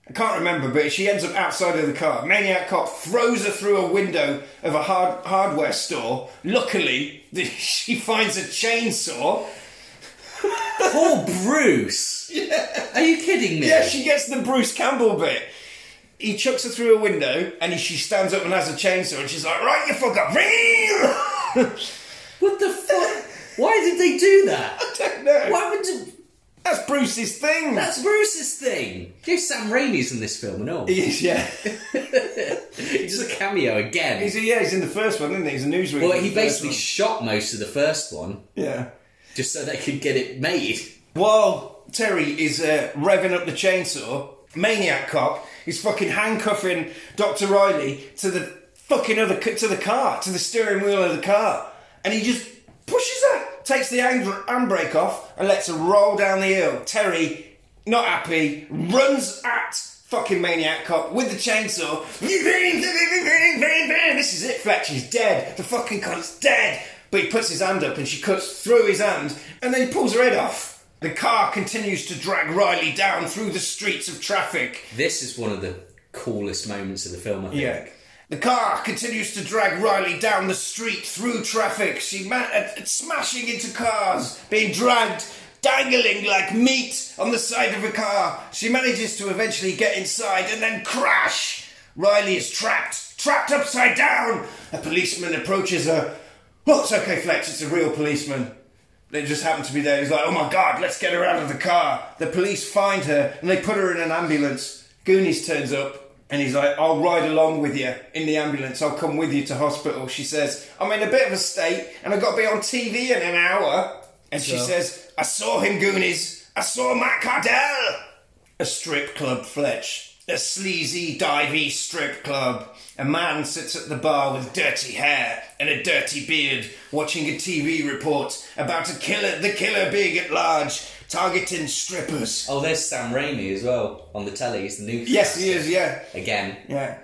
Speaker 2: I can't remember, but she ends up outside of the car. Maniac Cop throws her through a window of a hard, hardware store. Luckily, the, she finds a chainsaw.
Speaker 3: Poor Bruce! Are you kidding me?
Speaker 2: Yeah, she gets the Bruce Campbell bit. He chucks her through a window, and she stands up and has a chainsaw, and she's like, "Right, you fucker!"
Speaker 3: What the fuck? Why did they do that?
Speaker 2: no.
Speaker 3: Why would you...
Speaker 2: That's Bruce's thing.
Speaker 3: That's Bruce's thing. Give Sam Raimi's in this film and all.
Speaker 2: Yes, yeah.
Speaker 3: He's just a cameo again.
Speaker 2: He's, yeah, he's in the first one, isn't he? He's a newsreader.
Speaker 3: well,
Speaker 2: in
Speaker 3: he
Speaker 2: the first
Speaker 3: basically
Speaker 2: one.
Speaker 3: shot most of the first one
Speaker 2: yeah.
Speaker 3: just so they could get it made.
Speaker 2: While Terry is uh, revving up the chainsaw, Maniac Cop is fucking handcuffing Dr. Riley to the fucking other c- to the car, to the steering wheel of the car, and he just pushes her, takes the hand- handbrake off, and lets her roll down the hill. Terry, not happy, runs at fucking Maniac Cop with the chainsaw. This is it, Fletch. He's dead. The fucking cunt's dead. But he puts his hand up and she cuts through his hand and then he pulls her head off. The car continues to drag Riley down through the streets of traffic.
Speaker 3: This is one of the coolest moments of the film, I think.
Speaker 2: The car continues to drag Riley down the street through traffic. She ma- uh, uh, smashing into cars, being dragged, dangling like meat on the side of a car. She manages to eventually get inside and then crash. Riley is trapped, trapped upside down. A policeman approaches her. Oh, it's okay, Fletch. It's a real policeman. They just happened to be there. He's like, oh my god, let's get her out of the car. The police find her and they put her in an ambulance. Goonies turns up and he's like, I'll ride along with you in the ambulance. I'll come with you to hospital. She says, I'm in a bit of a state and I've got to be on TV in an hour. And she says, I saw him, Goonies. I saw Matt Cardell. A strip club, Fletch. A sleazy, divey strip club. A man sits at the bar with dirty hair and a dirty beard, watching a TV report about a killer, the killer big at large, targeting strippers.
Speaker 3: Oh, there's Sam Raimi as well on the telly. He's the new.
Speaker 2: Yes, he is, yeah.
Speaker 3: Again.
Speaker 2: Yeah.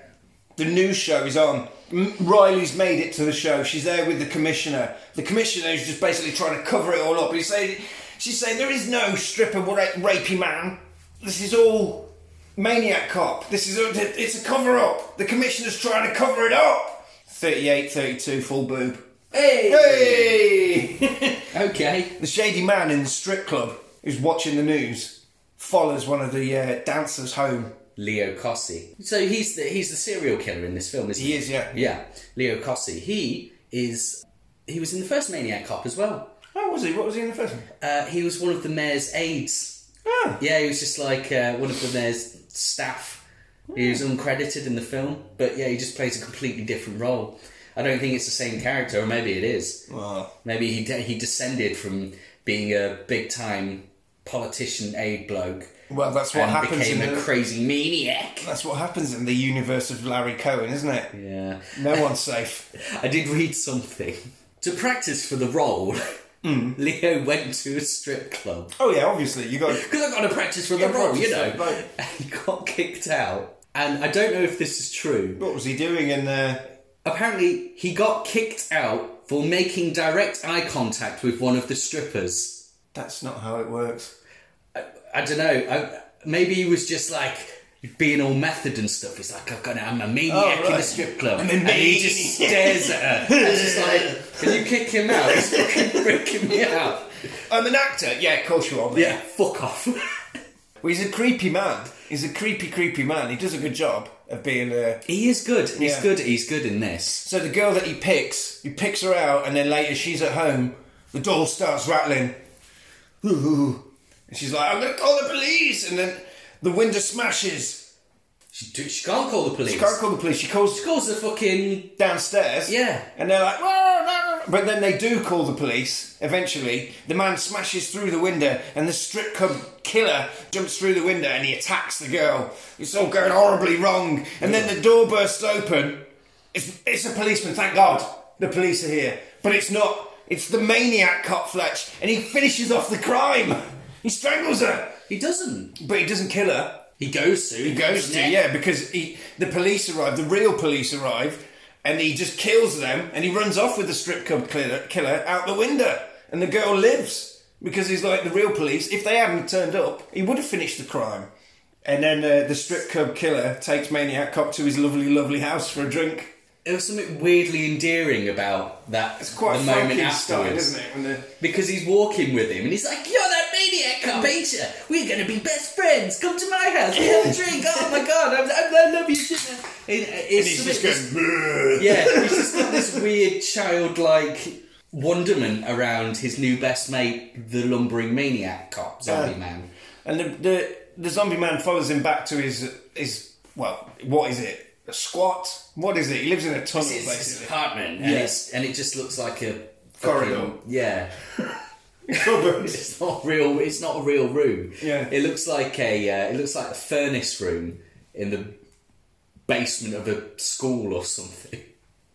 Speaker 2: The news show is on. M- Riley's made it to the show. She's there with the commissioner. The commissioner is just basically trying to cover it all up. He's saying, she's saying, there is no stripper ra- rapey man. This is all maniac cop. This is a, it's a cover up. The commissioner's trying to cover it up. 38, 32, full boob.
Speaker 3: Hey!
Speaker 2: Hey!
Speaker 3: Okay.
Speaker 2: the shady man in the strip club who's watching the news follows one of the uh, dancers home.
Speaker 3: Leo Cossi. So he's the he's the serial killer in this film, isn't he?
Speaker 2: He is, yeah.
Speaker 3: Yeah, Leo Cossi. He is. He was in the first Maniac Cop as well.
Speaker 2: Oh, was he? What was he in the first one?
Speaker 3: Uh, he was one of the mayor's aides.
Speaker 2: Ah.
Speaker 3: Yeah, he was just like uh, one of the mayor's staff. He was uncredited in the film, but yeah, he just plays a completely different role. I don't think it's the same character, or maybe it is.
Speaker 2: Well,
Speaker 3: Maybe he de- he descended from being a big time politician aide bloke
Speaker 2: well, that's what
Speaker 3: and
Speaker 2: happens.
Speaker 3: became
Speaker 2: In
Speaker 3: a
Speaker 2: the,
Speaker 3: crazy maniac.
Speaker 2: that's what happens in the universe of Larry Cohen, isn't it?
Speaker 3: Yeah.
Speaker 2: No one's safe.
Speaker 3: I did read something. Mm. To practice for the role, Leo went to a strip club.
Speaker 2: Oh yeah, obviously you got.
Speaker 3: Because I've got to practice for the
Speaker 2: Yeah,
Speaker 3: role, you
Speaker 2: practice
Speaker 3: know.
Speaker 2: it, right.
Speaker 3: And he got kicked out. And I don't know if this is true.
Speaker 2: What was he doing in uh, there?
Speaker 3: Apparently, he got kicked out for making direct eye contact with one of the strippers.
Speaker 2: That's not how it works.
Speaker 3: I don't know. I, maybe he was just like being all method and stuff. He's like, I've got, I'm a maniac
Speaker 2: Oh, right.
Speaker 3: in the strip club.
Speaker 2: a
Speaker 3: and he just
Speaker 2: maniac.
Speaker 3: stares at her. And she's like, Can you kick him out? He's fucking freaking me out.
Speaker 2: I'm an actor. Yeah, of course you are. mate.
Speaker 3: Yeah, fuck off.
Speaker 2: Well, he's a creepy man. He's a creepy, creepy man. He does a good job of being a.
Speaker 3: he is good. He's
Speaker 2: Yeah.
Speaker 3: good. He's good in this.
Speaker 2: So the girl that he picks, he picks her out, and then later she's at home. The door starts rattling. Ooh. And she's like, "I'm gonna call the police," and then the window smashes.
Speaker 3: She, do, she can't call the police.
Speaker 2: She can't call the police. She calls
Speaker 3: She calls the fucking.
Speaker 2: downstairs.
Speaker 3: Yeah.
Speaker 2: And they're like, "Whoa, no, no." but then they do call the police. Eventually, the man smashes through the window, and the strip club killer jumps through the window and he attacks the girl. It's all going horribly wrong. And then the door bursts open. It's it's a policeman. Thank God, the police are here. But it's not. It's the maniac cop Fletch, and he finishes off the crime. He strangles her,
Speaker 3: He doesn't.
Speaker 2: but he doesn't kill her.
Speaker 3: He goes to. He
Speaker 2: Goes to, yeah, because he, the police arrive, the real police arrive, and he just kills them and he runs off with the strip club killer, killer out the window. And the girl lives because he's like the real police. If they hadn't turned up, he would have finished the crime. And then uh, the strip club killer takes Maniac Cop to his lovely, lovely house for a drink.
Speaker 3: There was something weirdly endearing about that.
Speaker 2: It's quite
Speaker 3: the
Speaker 2: a
Speaker 3: moment
Speaker 2: moment
Speaker 3: afterwards.
Speaker 2: style, isn't it? When the,
Speaker 3: Because he's walking with him and he's like, You're that maniac,
Speaker 2: Oh.
Speaker 3: I bet you. We're going to be best friends. Come to my house. We have a drink. Oh my god, I'm, I'm, I love you. And,
Speaker 2: and he's just going,
Speaker 3: Yeah, he's just got this weird childlike wonderment around his new best mate, the lumbering maniac cop, zombie
Speaker 2: Yeah.
Speaker 3: man.
Speaker 2: And the, the the zombie man follows him back to his his well, what is it? A squat? What is it? He lives in a tunnel,
Speaker 3: It's his
Speaker 2: basically.
Speaker 3: apartment, and, it's, and it just looks like a
Speaker 2: Corridor.
Speaker 3: fucking- Yeah,
Speaker 2: Cupboard.
Speaker 3: it's not real. It's not a real room.
Speaker 2: Yeah.
Speaker 3: it looks like a uh, it looks like a furnace room in the basement of a school or something.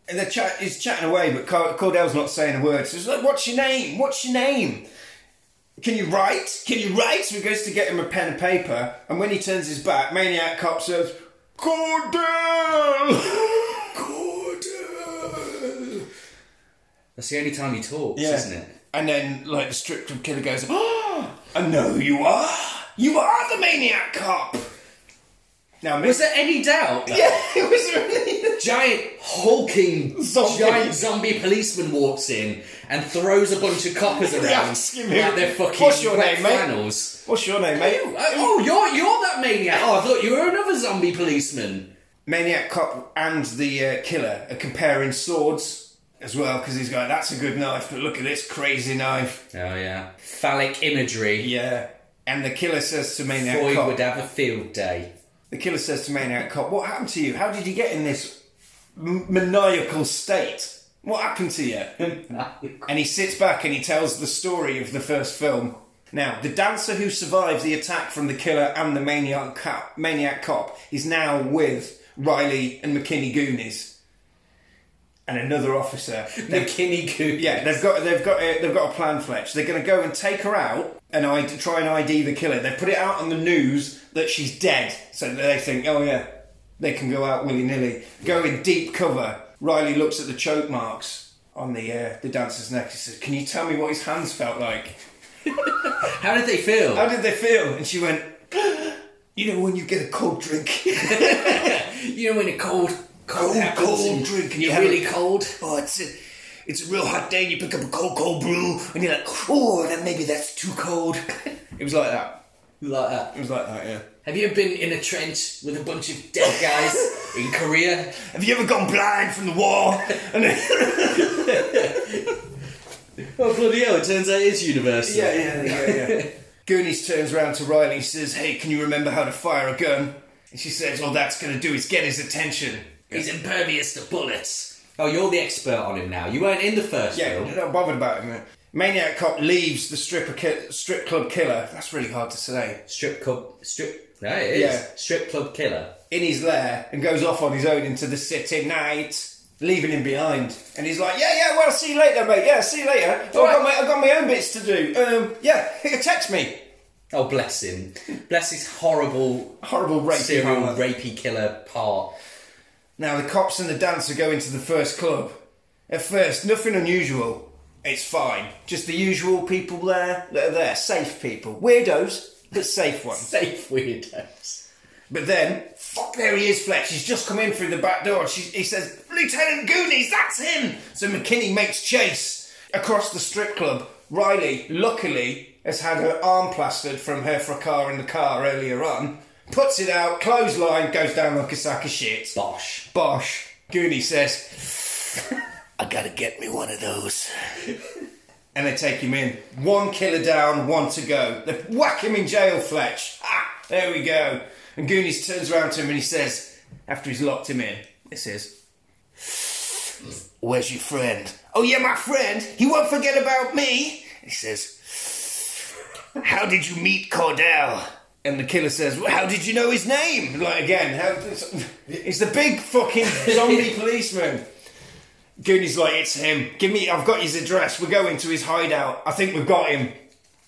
Speaker 2: And the chat is chatting away, but Car- Cordell's not saying a word. So he's like, "What's your name? What's your name? Can you write? Can you write?" So he goes to get him a pen and paper, and when he turns his back, maniac cop says, "Cordell." Cordell.
Speaker 3: That's the only time he talks,
Speaker 2: Yeah.
Speaker 3: isnb it?
Speaker 2: And then, like the strip club killer goes, "Ah, I know who you are. You are the maniac cop." Now,
Speaker 3: Was there any doubt? that
Speaker 2: Yeah, it was really.
Speaker 3: Giant hulking
Speaker 2: Zombie.
Speaker 3: giant zombie policeman walks in and throws a bunch of coppers around
Speaker 2: asking him,
Speaker 3: like they're fucking
Speaker 2: "What's your
Speaker 3: wet
Speaker 2: name, mate?"
Speaker 3: flannels.
Speaker 2: What's your name, mate?
Speaker 3: Oh, oh, you're you're that maniac. Oh, I thought you were another zombie policeman.
Speaker 2: Maniac Cop and the uh, killer are comparing swords as well because he's going, that's a good knife, but look at this crazy knife.
Speaker 3: Oh yeah, phallic imagery.
Speaker 2: Yeah. And the killer says to Maniac
Speaker 3: Boy
Speaker 2: Cop,
Speaker 3: would have a field day.
Speaker 2: the killer says to Maniac Cop, what happened to you? How did you get in this m- maniacal state? What happened to you? and he sits back and he tells the story of the first film. Now, the dancer who survived the attack from the killer and the maniac cop, maniac cop is now with Riley and McKinney Goonies and another officer. They've-
Speaker 3: McKinney Goo.
Speaker 2: yeah, they've got they've got a, they've got a plan, Fletch. They're going to go and take her out and I try and ID the killer. They put it out on the news that she's dead, so they think, oh yeah, they can go out willy nilly. Go in deep cover. Riley looks at the choke marks on the uh, the dancer's neck. He says, "Can you tell me what his hands felt like?
Speaker 3: How did they feel?
Speaker 2: How did they feel?" And she went, "You know when you get a cold drink."
Speaker 3: you know when a cold, cold,
Speaker 2: Cold,
Speaker 3: happens
Speaker 2: cold
Speaker 3: and
Speaker 2: drink and you
Speaker 3: You're
Speaker 2: have
Speaker 3: really
Speaker 2: a-
Speaker 3: cold.
Speaker 2: oh, it's a, it's a real hot day, and you pick up a cold, cold brew, and you're like, oh, then maybe that's too cold. it was like that.
Speaker 3: Like that.
Speaker 2: It was like that, yeah.
Speaker 3: Have you been in a trench with a bunch of dead guys in Korea?
Speaker 2: Have you ever gone blind from the war? And then-
Speaker 3: Oh bloody hell! It turns out it's universal.
Speaker 2: yeah, yeah, yeah, yeah. Goonies turns around to Riley and says, hey, can you remember how to fire a gun? And she says, all that's going to do is get his attention.
Speaker 3: He's impervious to bullets. Oh, you're the expert on him now. You weren't in the first
Speaker 2: Yeah,
Speaker 3: film.
Speaker 2: I'm not bothered about him. man. Maniac cop leaves the stripper ki- strip club killer. That's really hard to say.
Speaker 3: Strip club, strip. No, it is.
Speaker 2: Yeah.
Speaker 3: Strip club killer.
Speaker 2: in his lair and goes off on his own into the city night, leaving him behind. And he's like, "Yeah, yeah, well, see you later, mate. Yeah, see you later. Oh, I've, got my, I've got my own bits to do. Um, yeah, text me."
Speaker 3: Oh, bless him. Bless his horrible
Speaker 2: Horrible rape.
Speaker 3: serial rapey killer part.
Speaker 2: Now the cops and the dancer go into the first club. At first, nothing unusual. It's fine. Just the usual people there that are there, safe people, weirdos, but safe ones.
Speaker 3: Safe weirdos.
Speaker 2: But then, fuck, there he is, Fletch. He's just come in through the back door. She, he says, Lieutenant Goonies, that's him! So McKinney makes chase across the strip club. Riley, luckily, has had her arm plastered from her fracas in the car earlier on. Puts it out, clothesline, goes down like a sack of shit.
Speaker 3: Bosh.
Speaker 2: Bosh. Goonie says, I gotta get me one of those. and they take him in. One killer down, one to go. They whack him in jail, Fletch. Ah, there we go. And Goonies turns around to him and he says, after he's locked him in, he says, Where's your friend? Oh, yeah, my friend. He won't forget about me. He says, How did you meet Cordell? And the killer says, well, How did you know his name? Like, again, how, it's, it's the big fucking zombie policeman. Goonies like, It's him. Give me, I've got his address. We're going to his hideout. I think we've got him.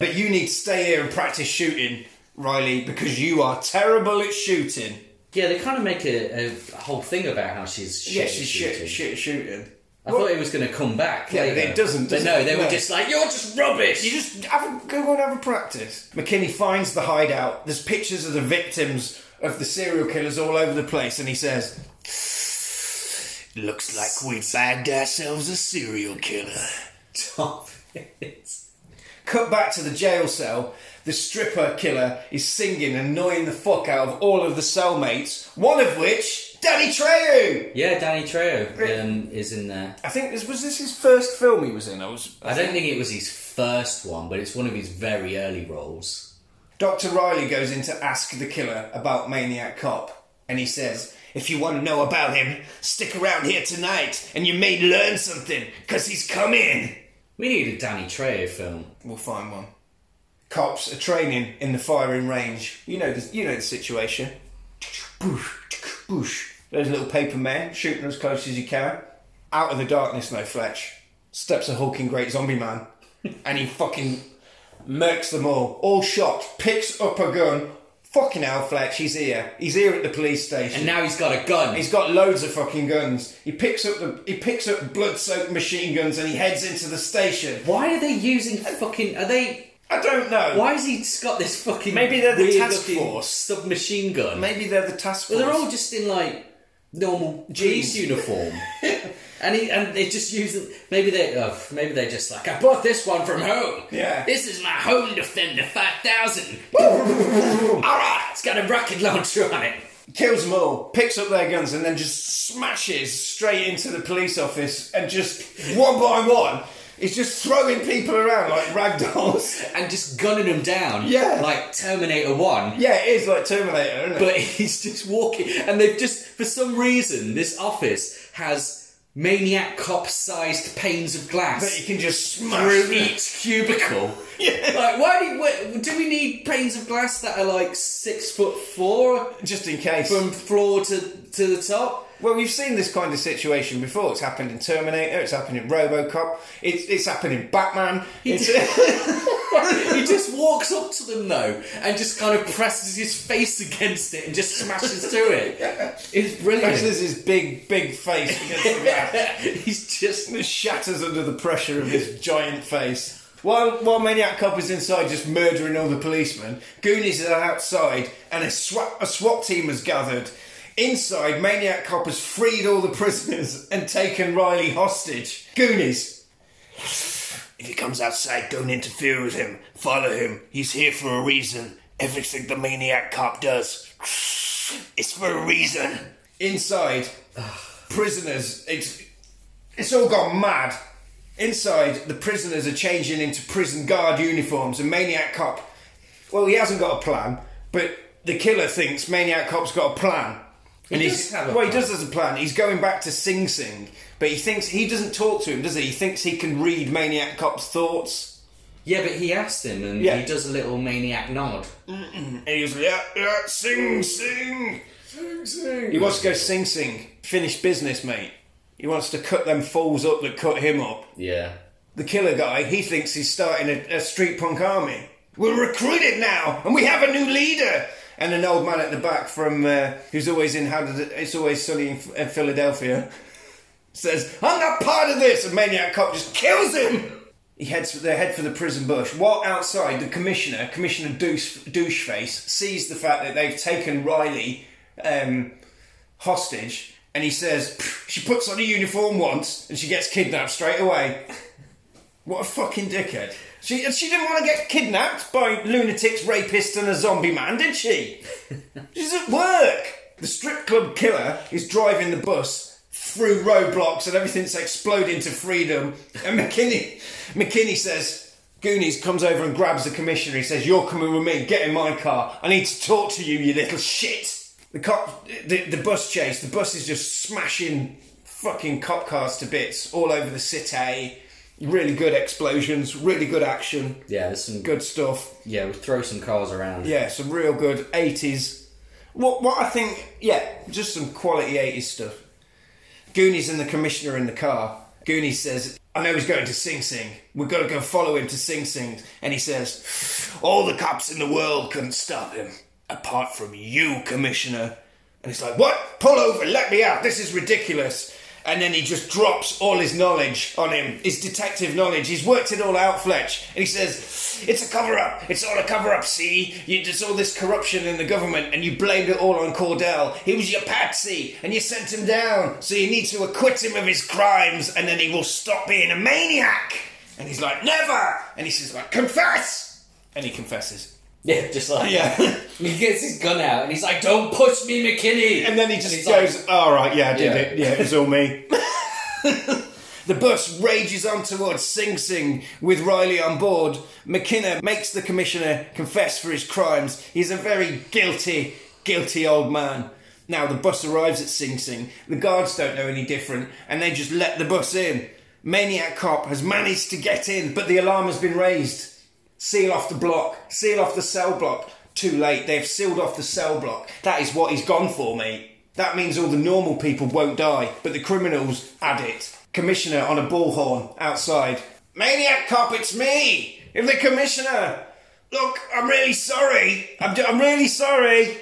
Speaker 2: But you need to stay here and practice shooting, Riley, because you are terrible at shooting.
Speaker 3: Yeah, they kind of make a, a whole thing about how she's shit.
Speaker 2: Yeah,
Speaker 3: at
Speaker 2: she's
Speaker 3: shooting.
Speaker 2: shit, shit at shooting.
Speaker 3: I thought it was going to come back.
Speaker 2: Yeah, but
Speaker 3: later.
Speaker 2: it doesn't,
Speaker 3: But
Speaker 2: does
Speaker 3: no,
Speaker 2: it?
Speaker 3: they were
Speaker 2: No.
Speaker 3: just like, you're just rubbish.
Speaker 2: You just have a, go and have a practice. McKinney finds the hideout. There's pictures of the victims of the serial killers all over the place, and he says, "Looks like we bagged ourselves a serial killer."
Speaker 3: Stop it.
Speaker 2: Cut back to the jail cell. The stripper killer is singing and annoying the fuck out of all of the cellmates. One of which, Danny Trejo.
Speaker 3: Yeah, Danny Trejo um, is in there.
Speaker 2: I think this was this his first film he was in. I was
Speaker 3: I don't think it was his first one, but it's one of his very early roles.
Speaker 2: Dr. Riley goes in to ask the killer about Maniac Cop, and he says, If you want to know about him, stick around here tonight and you may learn something, because he's coming.
Speaker 3: We need a Danny Trejo film.
Speaker 2: We'll find one. Cops are training in the firing range. You know the, you know the situation. Boosh, boosh. Those little paper men shooting as close as you can. Out of the darkness, no Fletch. Steps a hulking great zombie man. And he fucking murks them all. All shot. Picks up a gun. Fucking hell, Fletch, he's here. He's here at the police station.
Speaker 3: And now he's got a gun.
Speaker 2: He's got loads of fucking guns. He picks up the he picks up blood-soaked machine guns and he heads into the station.
Speaker 3: Why are they using fucking? Are they?
Speaker 2: I don't know.
Speaker 3: Why has he just got this fucking?
Speaker 2: Maybe they're the
Speaker 3: weird
Speaker 2: task
Speaker 3: looking
Speaker 2: force.
Speaker 3: submachine gun.
Speaker 2: Maybe they're the task force.
Speaker 3: Well, they're all just in like normal police uniform, and he, and they just use them. Maybe they uh, maybe they're just like I bought this one from home.
Speaker 2: Yeah.
Speaker 3: this is my home defender five thousand.
Speaker 2: all right.
Speaker 3: It's got a rocket launcher on it.
Speaker 2: Kills them all, picks up their guns, and then just smashes straight into the police office and just one by one, he's just throwing people around like rag dolls.
Speaker 3: And just gunning them down,
Speaker 2: Yeah.
Speaker 3: like Terminator One.
Speaker 2: Yeah, it is like Terminator, isn't it?
Speaker 3: But he's just walking, and they've just for some reason this office has maniac cop-sized panes of glass.
Speaker 2: that you can just
Speaker 3: through
Speaker 2: smash.
Speaker 3: each cubicle. Like, why do you, why- do we need panes of glass that are like six foot four
Speaker 2: Just in case.
Speaker 3: from floor to to the top?
Speaker 2: Well, we've seen this kind of situation before. It's happened in Terminator. It's happened in RoboCop. It's it's happened in Batman. It's,
Speaker 3: he just walks up to them though, and just kind of presses his face against it and just smashes through it. It's brilliant.
Speaker 2: there's his big big face against the glass.
Speaker 3: He's just
Speaker 2: It shatters under the pressure of his giant face. While, while Maniac Cop is inside just murdering all the policemen, Goonies is outside and a SWAT, a SWAT team has gathered. Inside, Maniac Cop has freed all the prisoners and taken Riley hostage. Goonies. If he comes outside, don't interfere with him. Follow him. He's here for a reason. Everything the Maniac Cop does, it's for a reason. Inside, prisoners, it's, it's all gone mad. Inside, the prisoners are changing into prison guard uniforms, and Maniac Cop, well, he hasn't got a plan, but the killer thinks Maniac Cop's got a plan. And
Speaker 3: He
Speaker 2: he's
Speaker 3: does have a
Speaker 2: well, he
Speaker 3: plan.
Speaker 2: does have a plan. He's going back to Sing Sing, but he thinks he doesn't talk to him, does he? He thinks he can read Maniac Cop's thoughts.
Speaker 3: yeah, but he asks him, and
Speaker 2: Yeah.
Speaker 3: he does a little maniac nod.
Speaker 2: And he was like, yeah, yeah, Sing Sing. He wants to go Sing Sing, finish business, mate. He wants to cut them fools up that cut him up.
Speaker 3: Yeah.
Speaker 2: the killer guy, he thinks he's starting a, a street punk army. We're recruited now, and we have a new leader. And an old man at the back from uh, who's always in How Did It- It's Always Sunny in, F- in Philadelphia says, "I'm not part of this." And maniac cop just kills him. He heads for, they head for the prison bush. While outside, the commissioner, Commissioner Douche, Doucheface, sees the fact that they've taken Riley um, hostage, and he says, "Pff, "She puts on a uniform once, and she gets kidnapped straight away." What a fucking dickhead. She, and she didn't want to get kidnapped by lunatics, rapists, and a zombie man, did she? She's at work. The strip club killer is driving the bus through roadblocks and everything's exploding to freedom. And McKinney, McKinney says, Goonies comes over and grabs the commissioner. He says, You're coming with me. Get in my car. I need to talk to you, you little shit. The cop, the, the bus chase, the bus is just smashing fucking cop cars to bits all over the city. Really good explosions, really good action,
Speaker 3: Yeah, there's some
Speaker 2: good stuff.
Speaker 3: Yeah, we throw some cars around.
Speaker 2: Yeah, some real good eighties. What what I think, yeah, just some quality eighties stuff. Goonies and the commissioner in the car. Goonies says, "I know he's going to Sing Sing. We've got to go follow him to Sing Sing." And he says, "All the cops in the world couldn't stop him, apart from you, commissioner." And he's like, "What? Pull over! Let me out! This is ridiculous!" And then he just drops all his knowledge on him, his detective knowledge. He's worked it all out, Fletch. And he says, It's a cover up. It's all a cover up, see? You, there's all this corruption in the government, and you blamed it all on Cordell. He was your patsy, and you sent him down. So you need to acquit him of his crimes, and then he will stop being a maniac. And he's like, Never! And he says, like, Confess! And he confesses.
Speaker 3: Yeah, just like
Speaker 2: Yeah.
Speaker 3: He gets his gun out and he's like, "Don't push me, McKinney."
Speaker 2: And then he just
Speaker 3: he's
Speaker 2: goes, "All right, yeah, I did
Speaker 3: Yeah.
Speaker 2: it. Yeah, it was all me." the bus rages on towards Sing Sing with Riley on board. McKinnon makes the commissioner confess for his crimes. He's a very guilty, guilty old man. Now the bus arrives at Sing Sing. The guards don't know any different, and they just let the bus in. Maniac cop has managed to get in, but the alarm has been raised. Seal off the block. Seal off the cell block. Too late. They have sealed off the cell block. That is what he's gone for, mate. That means all the normal people won't die, but the criminals had it. Commissioner on a bullhorn outside. Maniac cop, it's me! I'm the commissioner! Look, I'm really sorry. I'm, d- I'm really sorry.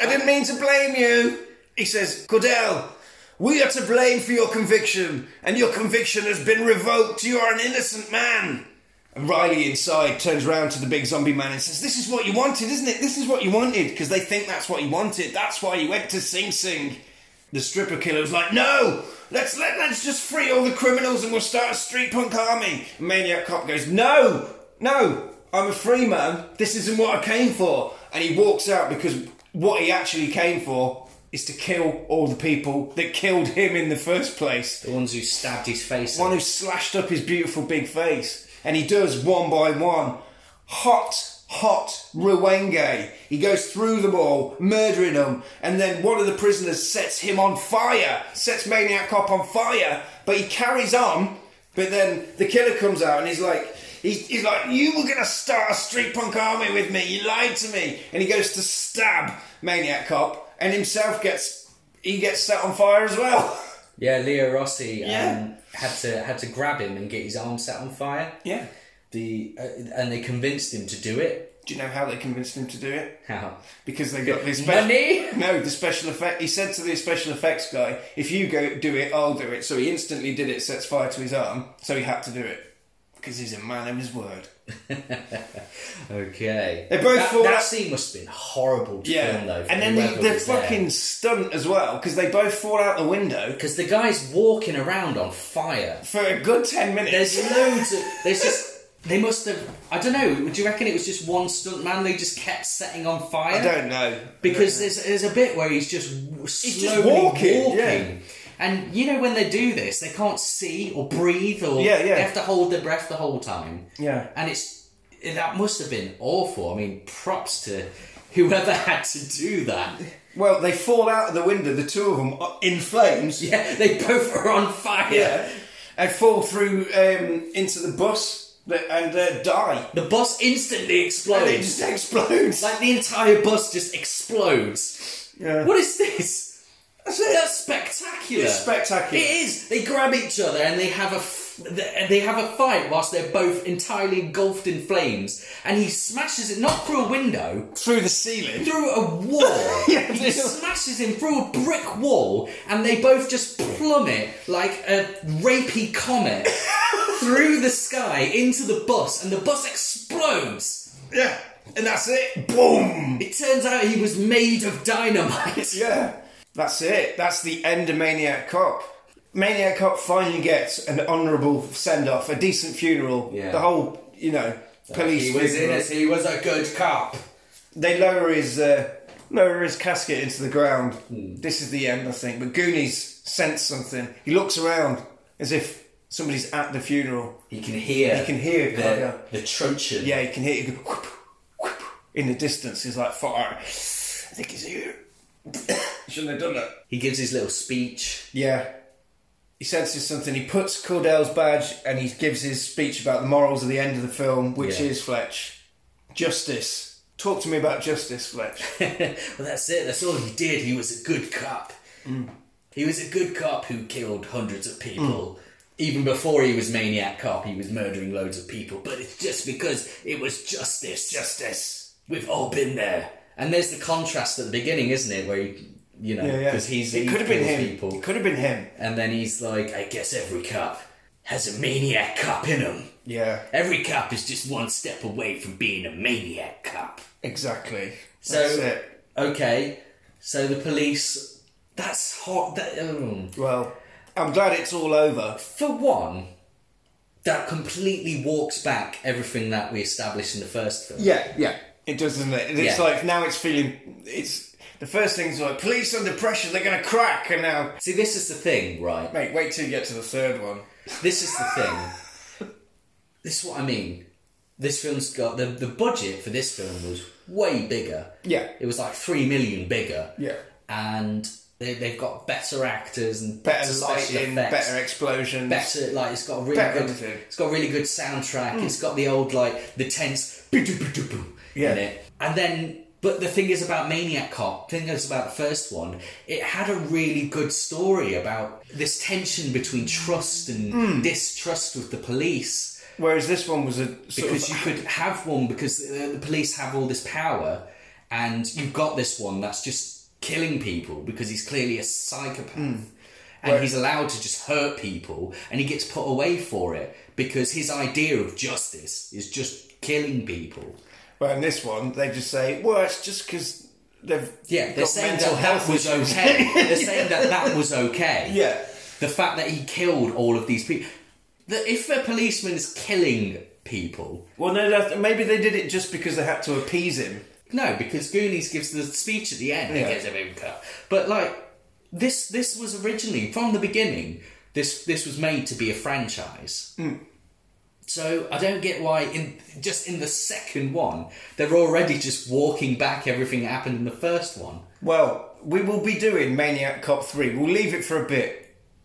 Speaker 2: I didn't mean to blame you. He says, Cordell, we are to blame for your conviction, and your conviction has been revoked. You are an innocent man. And Riley inside turns round to the big zombie man and says, This is what you wanted, isn't it? This is what you wanted, because they think that's what he wanted. That's why he went to Sing Sing. The stripper killer was like, No! Let's let, let's just free all the criminals and we'll start a street punk army. And Maniac Cop goes, No! No! I'm a free man. This isn't what I came for. And he walks out because what he actually came for is to kill all the people that killed him in the first place
Speaker 3: The ones who stabbed his face.
Speaker 2: one who slashed up his beautiful big face. And he does one by one. Hot, hot Ruwenge. He goes through them all, murdering them. And then one of the prisoners sets him on fire, sets Maniac Cop on fire. But he carries on. But then the killer comes out and he's like, he's, he's like, you were going to start a street punk army with me. You lied to me. And he goes to stab Maniac Cop and himself gets, he gets set on fire as well.
Speaker 3: yeah, Leo Rossi um,
Speaker 2: Yeah.
Speaker 3: had to had to grab him and get his arm set on fire.
Speaker 2: Yeah.
Speaker 3: The uh, and they convinced him to do it.
Speaker 2: Do you know how they convinced him to do it?
Speaker 3: How?
Speaker 2: Because they got this
Speaker 3: Money?
Speaker 2: No, the special effect. He said to the special effects guy, "If you go do it, I'll do it." So he instantly did it. Sets fire to his arm. So he had to do it because he's a man of his word.
Speaker 3: Okay.
Speaker 2: They both
Speaker 3: that,
Speaker 2: fall
Speaker 3: that
Speaker 2: out-
Speaker 3: scene must have been horrible to film though.
Speaker 2: and then the, the fucking stunt as well because they both fall out the window
Speaker 3: because the guy's walking around on fire.
Speaker 2: for a good ten minutes.
Speaker 3: There's loads of. There's just. They must have. I don't know. Do you reckon it was just one stunt man they just kept setting on fire?
Speaker 2: I don't know
Speaker 3: Because there's there's a bit where he's just w- slowly
Speaker 2: just walking, yeah.
Speaker 3: And you know when they do this, they can't see or breathe, or
Speaker 2: Yeah, yeah.
Speaker 3: they have to hold their breath the whole time.
Speaker 2: Yeah.
Speaker 3: and it's that must have been awful. I mean, props to whoever had to do that.
Speaker 2: Well, they fall out of the window. The two of them are in flames.
Speaker 3: Yeah, they both are on fire.
Speaker 2: Yeah, and fall through um, into the bus and uh, die.
Speaker 3: The bus instantly explodes.
Speaker 2: And it just explodes.
Speaker 3: Like the entire bus just explodes.
Speaker 2: Yeah.
Speaker 3: What is this?
Speaker 2: That's it.
Speaker 3: That's spectacular.
Speaker 2: It's spectacular.
Speaker 3: It is. They grab each other and they have a f- th- they have a fight whilst they're both entirely engulfed in flames. And he smashes it not through a window,
Speaker 2: through the ceiling.
Speaker 3: through a wall.
Speaker 2: Yeah,
Speaker 3: he
Speaker 2: they-
Speaker 3: smashes him through a brick wall, and they both just plummet like a rapey comet through the sky into the bus, and the bus explodes.
Speaker 2: Yeah, and that's it. Boom.
Speaker 3: It turns out he was made of dynamite.
Speaker 2: Yeah, that's it. That's the end of Maniac Cop. Maniac Cop finally gets an honourable send off, a decent funeral.
Speaker 3: Yeah.
Speaker 2: The whole, you know, police. funeral.
Speaker 3: He was a good cop.
Speaker 2: They lower his uh, lower his casket into the ground. This is the end, I think. But Goonies sense something. He looks around as if somebody's at the funeral.
Speaker 3: He can hear.
Speaker 2: He can hear,
Speaker 3: the,
Speaker 2: can't ya?
Speaker 3: the truncheon.
Speaker 2: Yeah, you can hear it go whoop, whoop, in the distance. He's like, fire. I think he's here. Shouldn't have done that.
Speaker 3: He gives his little speech.
Speaker 2: Yeah. He senses something. He puts Cordell's badge and he gives his speech about the morals of the end of the film, which
Speaker 3: Yeah.
Speaker 2: is Fletch. Justice. Talk to me about justice, Fletch.
Speaker 3: well, that's it. That's all he did. He was a good cop.
Speaker 2: Mm.
Speaker 3: He was a good cop who killed hundreds of people. Even before he was maniac cop, he was murdering loads of people. But it's just because it was justice.
Speaker 2: justice.
Speaker 3: We've all been there. And there's the contrast at the beginning, isn't it? Where he, you know,
Speaker 2: Yeah, yeah.
Speaker 3: because he's
Speaker 2: it
Speaker 3: he
Speaker 2: could have been
Speaker 3: kills
Speaker 2: him.
Speaker 3: people.
Speaker 2: It could have been him.
Speaker 3: And then he's like, I guess every cop has a maniac cop in him.
Speaker 2: Yeah,
Speaker 3: Every cop is just one step away from being a maniac cop.
Speaker 2: exactly.
Speaker 3: So,
Speaker 2: That's it.
Speaker 3: okay, so the police. That's hot. That, um,
Speaker 2: Well, I'm glad it's all over.
Speaker 3: for one, that completely walks back everything that we established in the first film.
Speaker 2: Yeah, yeah. It does, doesn't it? And It's
Speaker 3: Yeah.
Speaker 2: like now it's feeling. It's the first thing's like police under pressure. They're gonna crack, and now
Speaker 3: See, this is the thing, right?
Speaker 2: mate, wait till you get to the third one.
Speaker 3: This is the thing. this is what I mean. This film's got the the budget for this film was way bigger.
Speaker 2: Yeah.
Speaker 3: It was like three million bigger.
Speaker 2: Yeah.
Speaker 3: and they, they've got better actors and
Speaker 2: Better
Speaker 3: special
Speaker 2: lighting,
Speaker 3: effects,
Speaker 2: better explosions.
Speaker 3: better like it's got a really
Speaker 2: Better
Speaker 3: good
Speaker 2: everything. Hmm.
Speaker 3: it's got a really good soundtrack it's got the old like the tense boom
Speaker 2: Yeah.
Speaker 3: in it and then but the thing is about maniac cop thing is about the first one it had a really good story about this tension between trust and
Speaker 2: Hmm.
Speaker 3: distrust with the police
Speaker 2: Whereas this one was a sort of,
Speaker 3: because you could have one because uh, the police have all this power and you've got this one that's just killing people because he's clearly a psychopath
Speaker 2: Hmm.
Speaker 3: and he's allowed to just hurt people and he gets put away for it because his idea of justice is just killing people
Speaker 2: well, in this one they just say, well, it's just because they've
Speaker 3: yeah they're
Speaker 2: got
Speaker 3: saying
Speaker 2: mental
Speaker 3: that that was
Speaker 2: issues."
Speaker 3: okay they're saying that that was okay
Speaker 2: Yeah.
Speaker 3: the fact that he killed all of these people that if a policeman is killing people
Speaker 2: Well, no, that's, maybe they did it just because they had to appease him.
Speaker 3: No, because Goonies gives the speech at the end.
Speaker 2: Yeah.
Speaker 3: He gives a boom cut. But like this, this was originally from the beginning. This this was made to be a franchise. So I don't get why in just in the second one they're already just walking back everything that happened in the first one.
Speaker 2: Well, we will be doing Maniac Cop three. We'll leave it for a bit.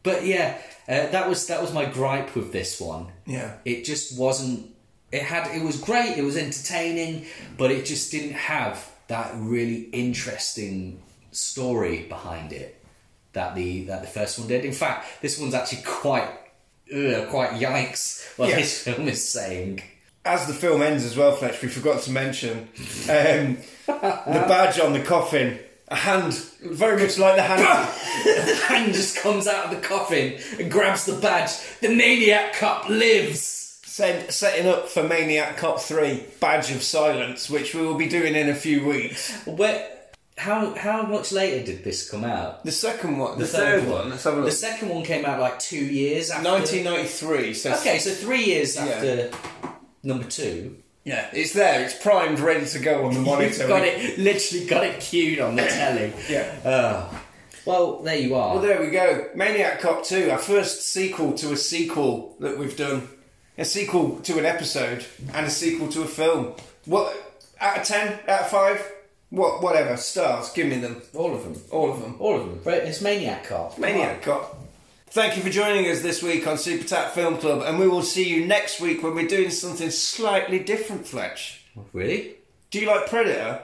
Speaker 3: But yeah, uh, that was that was my gripe with this one.
Speaker 2: Yeah.
Speaker 3: it just wasn't. It had it was great. It was entertaining, but it just didn't have that really interesting story behind it that the that the first one did. In fact, this one's actually quite ugh, quite yikes. What
Speaker 2: Yeah.
Speaker 3: this film is saying.
Speaker 2: As the film ends as well, Fletch, we forgot to mention um, the badge on the coffin. A hand, very much like the hand.
Speaker 3: the hand just comes out of the coffin and grabs the badge. The maniac cop lives.
Speaker 2: Set, setting up for Maniac Cop 3 Badge of Silence, which we will be doing in a few weeks.
Speaker 3: Where? How how much later did this come out?
Speaker 2: The second one. The,
Speaker 4: third one, let's have
Speaker 3: The second one came out like two years after.
Speaker 2: 1993. So
Speaker 3: Okay, so three years after number two,
Speaker 2: Yeah, it's there. It's primed, ready to go on the
Speaker 3: you've
Speaker 2: monitor.
Speaker 3: got it literally got it queued on the telly.
Speaker 2: Yeah.
Speaker 3: Oh. well, there you are.
Speaker 2: Well, there we go. Maniac Cop 2, our first sequel to a sequel that we've done. A sequel to an episode and a sequel to a film. What, out of 10, out of 5? What, whatever, stars, give me them.
Speaker 3: all of them.
Speaker 2: All of them.
Speaker 3: All of them. Right, It's Maniac Cop. Come
Speaker 2: Maniac Cop. Thank you for joining us this week on Super Tap Film Club, and we will see you next week when we're doing something slightly different, Fletch.
Speaker 3: on. Really?
Speaker 2: Do you like Predator?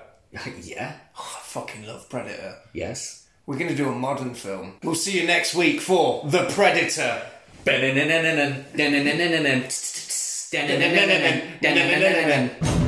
Speaker 3: yeah.
Speaker 2: Oh, I fucking love Predator.
Speaker 3: Yes.
Speaker 2: We're going to do a modern film. We'll see you next week for The Predator.
Speaker 3: Ba-na-na-na-na-na, da-na-na-na-na-na, tss, tss, tss, da-na-na-na-na-na, da-na-na-na-na-na.